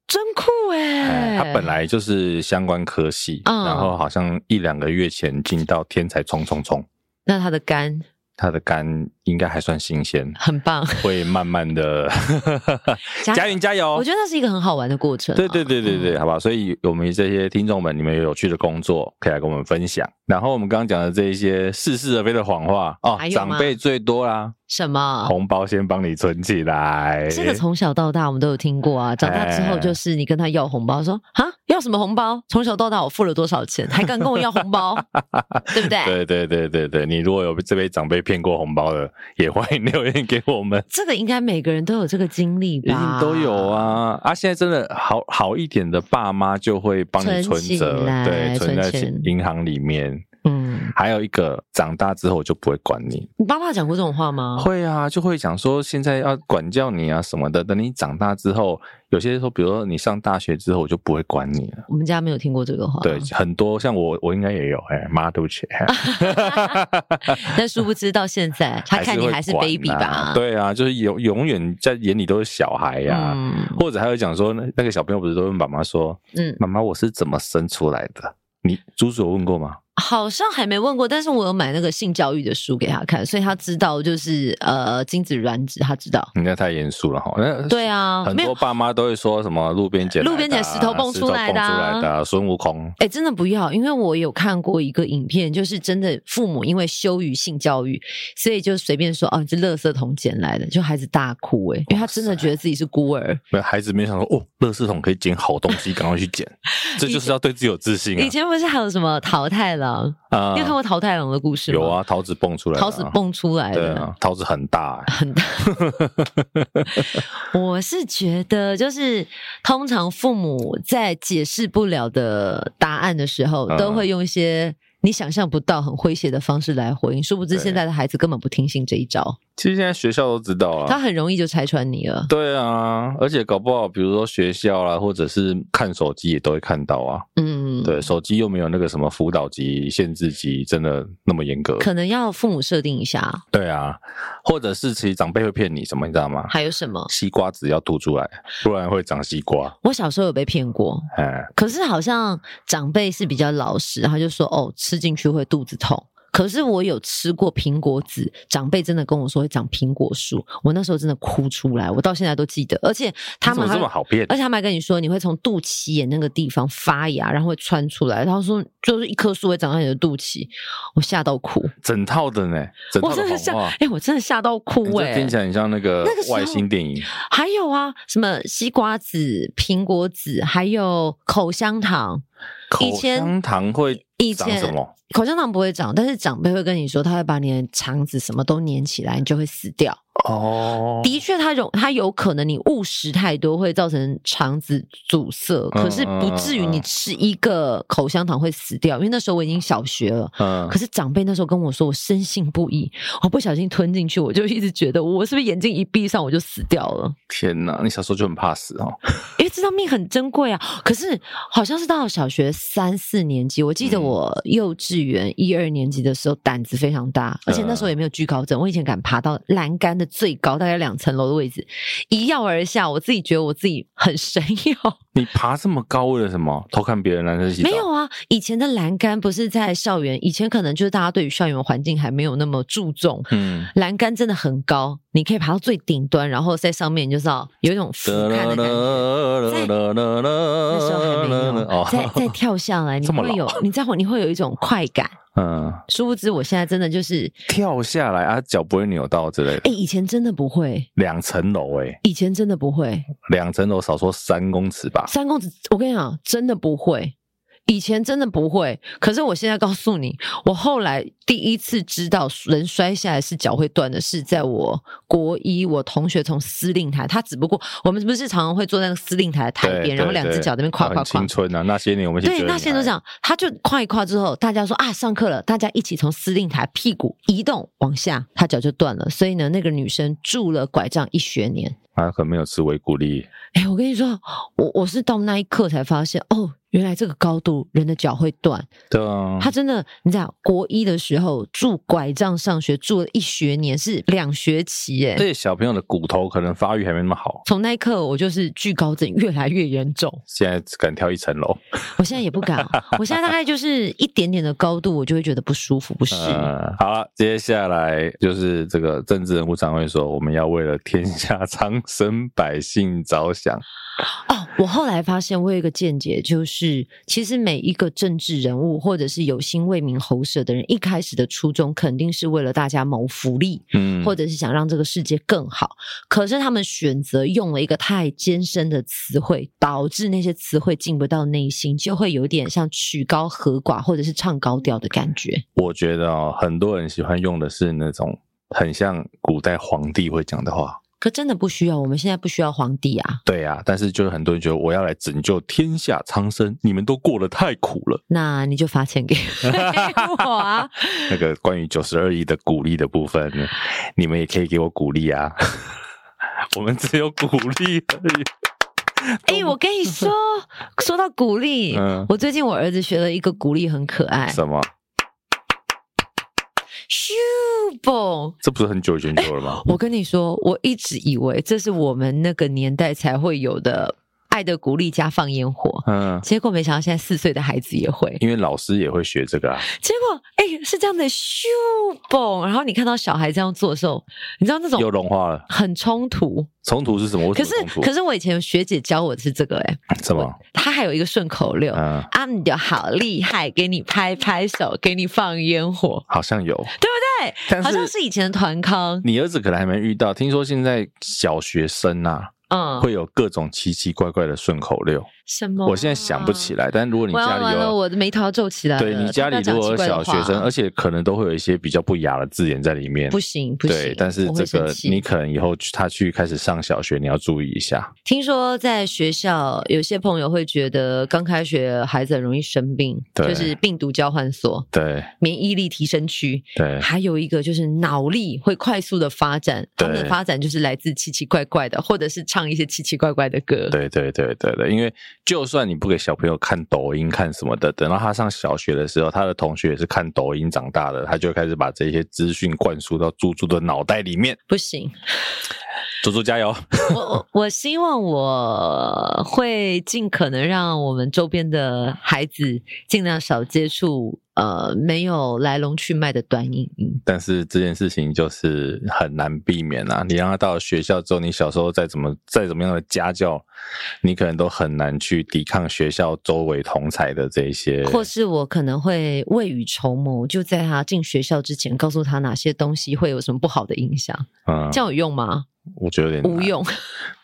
B: 真酷哎、
A: 哎，他本来就是相关科系，
B: 嗯
A: 然后好像一两个月前进到天才冲冲冲，
B: 那他的肝
A: 他的肝应该还算新 鲜，
B: 很棒，
A: 会慢慢的，
B: 加
A: 佳云加油，
B: 我觉得那是一个很好玩的过程啊、
A: 哦对对对对对，
B: 嗯
A: 好吧，所以我们这些听众们，你们有有趣的工作可以来跟我们分享。然后我们刚刚讲的这一些似是而非的谎话哦
B: 还，有吗
A: 长辈最多啦，
B: 什么？
A: 红包先帮你存起来。
B: 这个从小到大我们都有听过啊，长大之后就是你跟他要红包，说啊要什么红包？从小到大我付了多少钱，还敢跟我要红包， 对不对？
A: 对对对对对，你如果有这位长辈骗过红包的，也欢迎留言给我们，
B: 这个应该每个人都有这个经历
A: 一
B: 吧？
A: 定都有。啊啊！现在真的好好一点的爸妈就会帮你
B: 存
A: 存
B: 起
A: 折，
B: 来
A: 对，存在
B: 存钱
A: 银行里面。
B: 嗯，
A: 还有一个，长大之后就不会管你，
B: 你爸爸讲过这种话吗？
A: 会啊，就会讲说现在要管教你啊什么的。等你长大之后，有些时候，比如说你上大学之后，我就不会管你了。
B: 我们家没有听过这个话。
A: 对，很多像我，我应该也有。哎，妈，对不起，
B: 啊但殊不知到现在，他看你还是
A: 会管
B: baby
A: 啊
B: 吧？
A: 对啊，就是永永远在眼里都是小孩呀、
B: 嗯
A: 或者还有讲说，那那个小朋友不是都问爸妈说
B: 嗯：“，
A: 妈妈，我是怎么生出来的？”你猪猪有问过吗？
B: 好像还没问过，但是我有买那个性教育的书给他看，所以他知道就是呃精子卵子，他知道。
A: 你那太严肃了哈。那
B: 对啊，
A: 很
B: 没有
A: 多爸妈都会说什么路边捡来的啊、
B: 路边捡石头蹦出来的
A: 石头蹦
B: 啊
A: 出来的啊孙悟空。
B: 哎、真的不要，因为我有看过一个影片，就是真的父母因为羞于性教育，所以就随便说哦，你是垃圾桶捡来的，就孩子大哭哎、因为他真的觉得自己是孤儿。
A: 没有孩子没想说哦，垃圾桶可以捡好东西，赶快去 捡，这就是要对自己有自信
B: 以前不是还有什么桃太郎？
A: 啊！
B: 你有看过桃太郎的故事吗？
A: 有，啊，桃子蹦出来、啊，
B: 桃子，蹦出来
A: 对
B: 的。
A: 啊，桃子很大、欸，
B: 我是觉得，就是通常父母在解释不了的答案的时候，
A: 嗯
B: 都会用一些你想象不到很诙谐的方式来回应，殊不知
A: 对
B: 现在的孩子根本不听信这一招，
A: 其实现在学校都知道
B: 他
A: 了。
B: 很容易就拆穿你了。
A: 对啊，而且搞不好，比如说学校啦，或者是看手机也都会看到啊。
B: 嗯，
A: 对，手机又没有那个什么辅导级、限制级，真的那么严格。
B: 可能要父母设定一下，
A: 对啊，或者是其实长辈会骗你什么，你知道吗？
B: 还有什么？
A: 西瓜籽要吐出来，不然会长西瓜。
B: 我小时候有被骗过，
A: 哎，
B: 可是好像长辈是比较老实，他就说哦，吃进去会肚子痛。可是我有吃过苹果籽，长辈真的跟我说会长苹果树，我那时候真的哭出来，我到现在都记得。而且他
A: 你怎
B: 们
A: 么
B: 还
A: 这么好骗？
B: 而且他们还跟你说，你会从肚脐眼那个地方发芽，然后会穿出来。然后说，就是一棵树会长在你的肚脐，我吓到哭，
A: 整套的呢，整套的
B: 我真的
A: 谎
B: 吓，
A: 话
B: 哎、。我真的吓到
A: 你
B: 哭
A: 这
B: 哎、
A: 听起来很像那个
B: 那个时候
A: 外星电影，
B: 还有啊，什么西瓜籽、苹果籽，还有口香糖。
A: 口
B: 以前
A: 香糖会
B: 以
A: 长
B: 前
A: 什么？
B: 口香糖不会长，但是长辈会跟你说，他会把你的肠子什么都粘起来，你就会死掉。
A: 哦，
B: 的确，它有它有可能你误食太多会造成肠子阻塞，
A: 嗯
B: 可是不至于你吃一个口香糖会死掉，因为那时候我已经小学了。
A: 嗯
B: 可，是长辈那时候跟我说，我深信不疑，我不小心吞进去，我就一直觉得我是不是眼睛一闭上我就死掉了，
A: 天哪，你小时候就很怕死哦。
B: 因为这张命很珍贵啊。可是好像是到小学三四年级，我记得
A: 嗯
B: 我幼稚园一二年级的时候胆子非常大，而且那时候也没有惧高症，我以前敢爬到栏杆的最高，大概两层楼的位置，一跃而下，我自己觉得我自己很神勇。
A: 你爬这么高为了什么？偷看别人男生洗澡？
B: 没有啊，以前的栏杆不是在校园，以前可能就是大家对于校园环境还没有那么注重，
A: 嗯，
B: 栏杆真的很高，你可以爬到最顶端，然后在上面你就知道有一种俯瞰的感觉。那时候还没有，
A: 哦，
B: 再再跳下来，你
A: 这么
B: 会
A: 老
B: 有，你再会你会有一种快感。
A: 嗯，
B: 殊不知我现在真的就是，
A: 跳下来啊，脚不会扭到之类的。
B: 哎，以前真的不会，
A: 两层楼哎，
B: 以前真的不会，
A: 两层楼少说三公尺吧。
B: 三公子，我跟你讲，真的不会。以前真的不会，可是我现在告诉你，我后来第一次知道人摔下来是脚会断的，是在我国一，我同学从司令台，他只不过我们不是常常会坐在那个司令台的台
A: 对
B: 边，然后
A: 对
B: 两只
A: 对
B: 脚在那边跨
A: 啊
B: 跨
A: 很
B: 跨
A: 青，春啊，那些年我们一起
B: 对，
A: 追
B: 那
A: 你
B: 些都这
A: 来
B: 样，他就跨一跨之后，大家说啊，上课了，大家一起从司令台屁股移动往下，他脚就断了，所以呢，那个女生拄了拐杖一学年。
A: 啊，可能没有吃维骨力。
B: 哎、我跟你说，我我是到那一刻才发现，哦，原来这个高度人的脚会断。
A: 对啊，
B: 他真的，你知道，国一的时候拄拐杖上学，拄了一学年，是两学期耶
A: 而。且哎小朋友的骨头可能发育还没那么好，
B: 从那一刻，我就是惧高症越来越严重。
A: 现在只敢跳一层楼。
B: 我现在也不敢，啊我现在大概就是一点点的高度，我就会觉得不舒服、不适应。
A: 嗯，好了，接下来就是这个政治人物常会说，我们要为了天下 苍生百姓着想。
B: 哦，我后来发现，我有一个见解，就是其实每一个政治人物或者是有心为民喉舌的人，一开始的初衷肯定是为了大家谋福利，
A: 嗯，
B: 或者是想让这个世界更好。可是他们选择用了一个太艰深的词汇，导致那些词汇进不到内心，就会有点像曲高和寡或者是唱高调的感觉。
A: 我觉得哦，很多人喜欢用的是那种很像古代皇帝会讲的话。
B: 可真的不需要，我们现在不需要皇帝啊。
A: 对啊，但是就是很多人觉得我要来拯救天下苍生，你们都过得太苦了。
B: 那你就发钱给 我啊！
A: 那个关于九十二亿的鼓励的部分，你们也可以给我鼓励啊。 我们只有鼓励而已。
B: 哎、我跟你 说，说到鼓励，
A: 嗯
B: 我最近我儿子学了一个鼓励，很可爱，
A: 什么？
B: 咻嘣！
A: 这不是很久以前就有了吗？
B: 我跟你说，我一直以为这是我们那个年代才会有的爱的鼓励加放烟火，
A: 嗯，
B: 结果没想到现在四岁的孩子也会。
A: 因为老师也会学这个啊。
B: 结果哎、是这样的咻嘣，然后你看到小孩这样做的时候，你知道那
A: 又
B: 种
A: 融化了。
B: 很冲突。
A: 冲突是什么？为什
B: 哦
A: 么
B: 可是
A: 冲突？
B: 可是我以前学姐教我的是这个哎、
A: 什么？
B: 她还有一个顺口溜。
A: 嗯，
B: 啊，你的好厉害，给你拍拍手，给你放烟火，
A: 好像有。
B: 对不对？
A: 但是
B: 好像是以前的团康，
A: 你儿子可能还没遇到，听说现在小学生啊，
B: 嗯，
A: 会有各种奇奇怪怪的顺口溜。
B: 什么啊？
A: 我现在想不起来，但如果你
B: 完
A: 家
B: 了
A: 里
B: 完了，
A: 有，
B: 我的眉头皱起来了。
A: 对你家里如果有小学
B: 他不要讲奇怪
A: 生，
B: 的话
A: 而且可能都会有一些比较不雅的字眼在里面
B: 不。行不行，
A: 对，但是
B: 我
A: 这
B: 会
A: 个
B: 生气
A: 你可能以后去他去开始上小学，你要注意一下。
B: 听说在学校有些朋友会觉得刚开学孩子很容易生病，
A: 对
B: 就是病毒交换所、
A: 对
B: 免疫力提升区，
A: 对
B: 还有一个就是脑力会快速的发展，他们的
A: 对
B: 发展就是来自奇奇怪怪的，或者是唱一些奇奇怪怪的歌。
A: 对对对对对，因为就算你不给小朋友看抖音看什么的，等到他上小学的时候，他的同学也是看抖音长大的，他就会开始把这些资讯灌输到猪猪的脑袋里面。
B: 不行，
A: 猪猪加油！
B: 我我我希望我会尽可能让我们周边的孩子尽量少接触呃没有来龙去脉的短影音。
A: 但是这件事情就是很难避免啊！你让他到了学校之后，你小时候再怎么再怎么样的家教，你可能都很难去抵抗学校周围同才的这一些。
B: 或是我可能会未雨绸缪，就在他进学校之前告诉他哪些东西会有什么不好的影响，
A: 嗯，
B: 这样有用吗？
A: 我觉得有点
B: 无
A: 难，
B: 用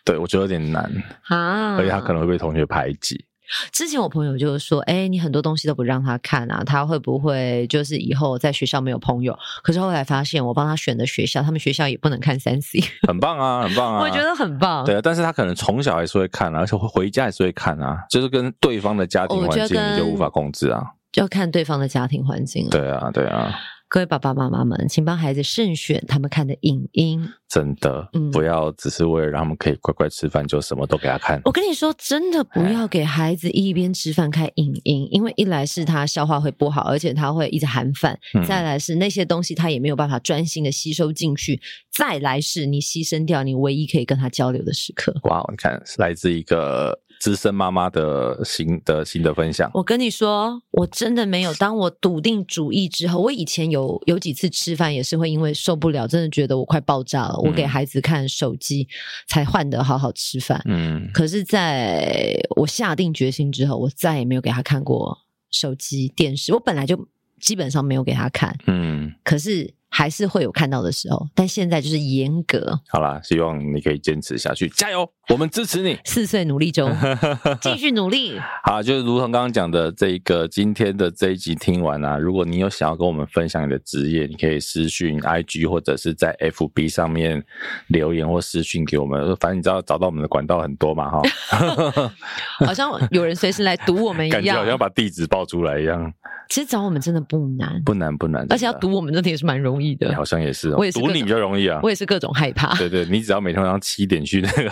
A: 对我觉得有点难，
B: 啊！
A: 而且他可能会被同学排挤。
B: 之前我朋友就是说，哎、你很多东西都不让他看啊，他会不会就是以后在学校没有朋友？可是后来发现，我帮他选的学校，他们学校也不能看三 C，、
A: 很棒啊，很棒啊！
B: 我觉得很棒。
A: 对啊，但是他可能从小还是会看啊，而且会回家也是会看啊，就是跟对方的家庭
B: 我
A: 环
B: 觉得嗯
A: 境
B: 跟
A: 你就无法控制啊。
B: 就要看对方的家庭环境了。
A: 对啊，对啊，
B: 各位爸爸妈妈们，请帮孩子慎选他们看的影音。
A: 真的，
B: 嗯
A: 不要只是为了让他们可以乖乖吃饭，就什么都给他看。
B: 我跟你说，真的不要给孩子一边吃饭看影音，因为一来是他消化会不好，而且他会一直含饭；
A: 嗯
B: 再来是那些东西他也没有办法专心的吸收进去；再来是你牺牲掉你唯一可以跟他交流的时刻。
A: 哇，你看，是来自一个资深妈妈的新的新的分享。
B: 我跟你说，我真的没有。当我笃定主意之后，我以前有有几次吃饭也是会因为受不了，真的觉得我快爆炸了，我给
A: 嗯
B: 孩子看手机才换得好好吃饭。
A: 嗯，
B: 可是，在我下定决心之后，我再也没有给他看过手机、电视。我本来就基本上没有给他看，
A: 嗯，
B: 可是还是会有看到的时候。但现在就是严格，
A: 好啦，希望你可以坚持下去，加油，我们支持你。
B: 四岁努力中，继续努 力。
A: 好，就是如同刚刚讲的，这一个今天的这一集听完啊，如果你有想要跟我们分享你的职业，你可以私讯 IG 或者是在 FB 上面留言或私讯给我们，反正你知道找到我们的管道很多嘛，哈，
B: 好像有人随时来堵我们
A: 感
B: 一
A: 觉好像
B: 样。
A: 把地址报出来一样，
B: 其实找我们真的不难，
A: 不难不难，
B: 而且要
A: 真的
B: 堵我们真的也是蛮容易的
A: 好。像也是、哦，
B: 我也是
A: 读
B: 各
A: 你
B: 种
A: 比较容易啊
B: 我。也是各种害怕。
A: 对对，你只要每天晚上七点去那个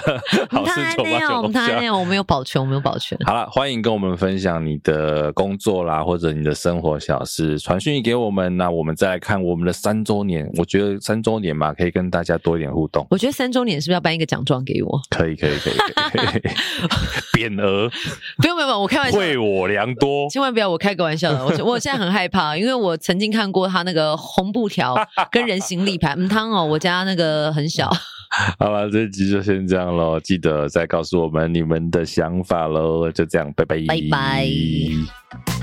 A: 好事
B: 太
A: 酒吧
B: 那 样，我
A: 酒
B: 们太
A: 楼
B: 那
A: 下。
B: 样，我们有保全，我们有保 全。
A: 好了，欢迎跟我们分享你的工作啦，或者你的生活小事，传讯息给我们。那我们再来看我们的三周年，我觉得三周年嘛，可以跟大家多一点互动。
B: 我觉得三周年是不是要颁一个奖状给我？
A: 可以，可以，可以，可以。 匾 额
B: 不用不用，不用我开玩笑的。
A: 惠我良多，
B: 千万不要，我开个玩笑的，我我现在很害怕，因为我曾经看过他那个红布 条跟人形立牌，嗯，汤哦，我家那个很小，
A: 好了，这集就先这样喽，记得再告诉我们你们的想法喽，就这样，拜拜，
B: 拜拜。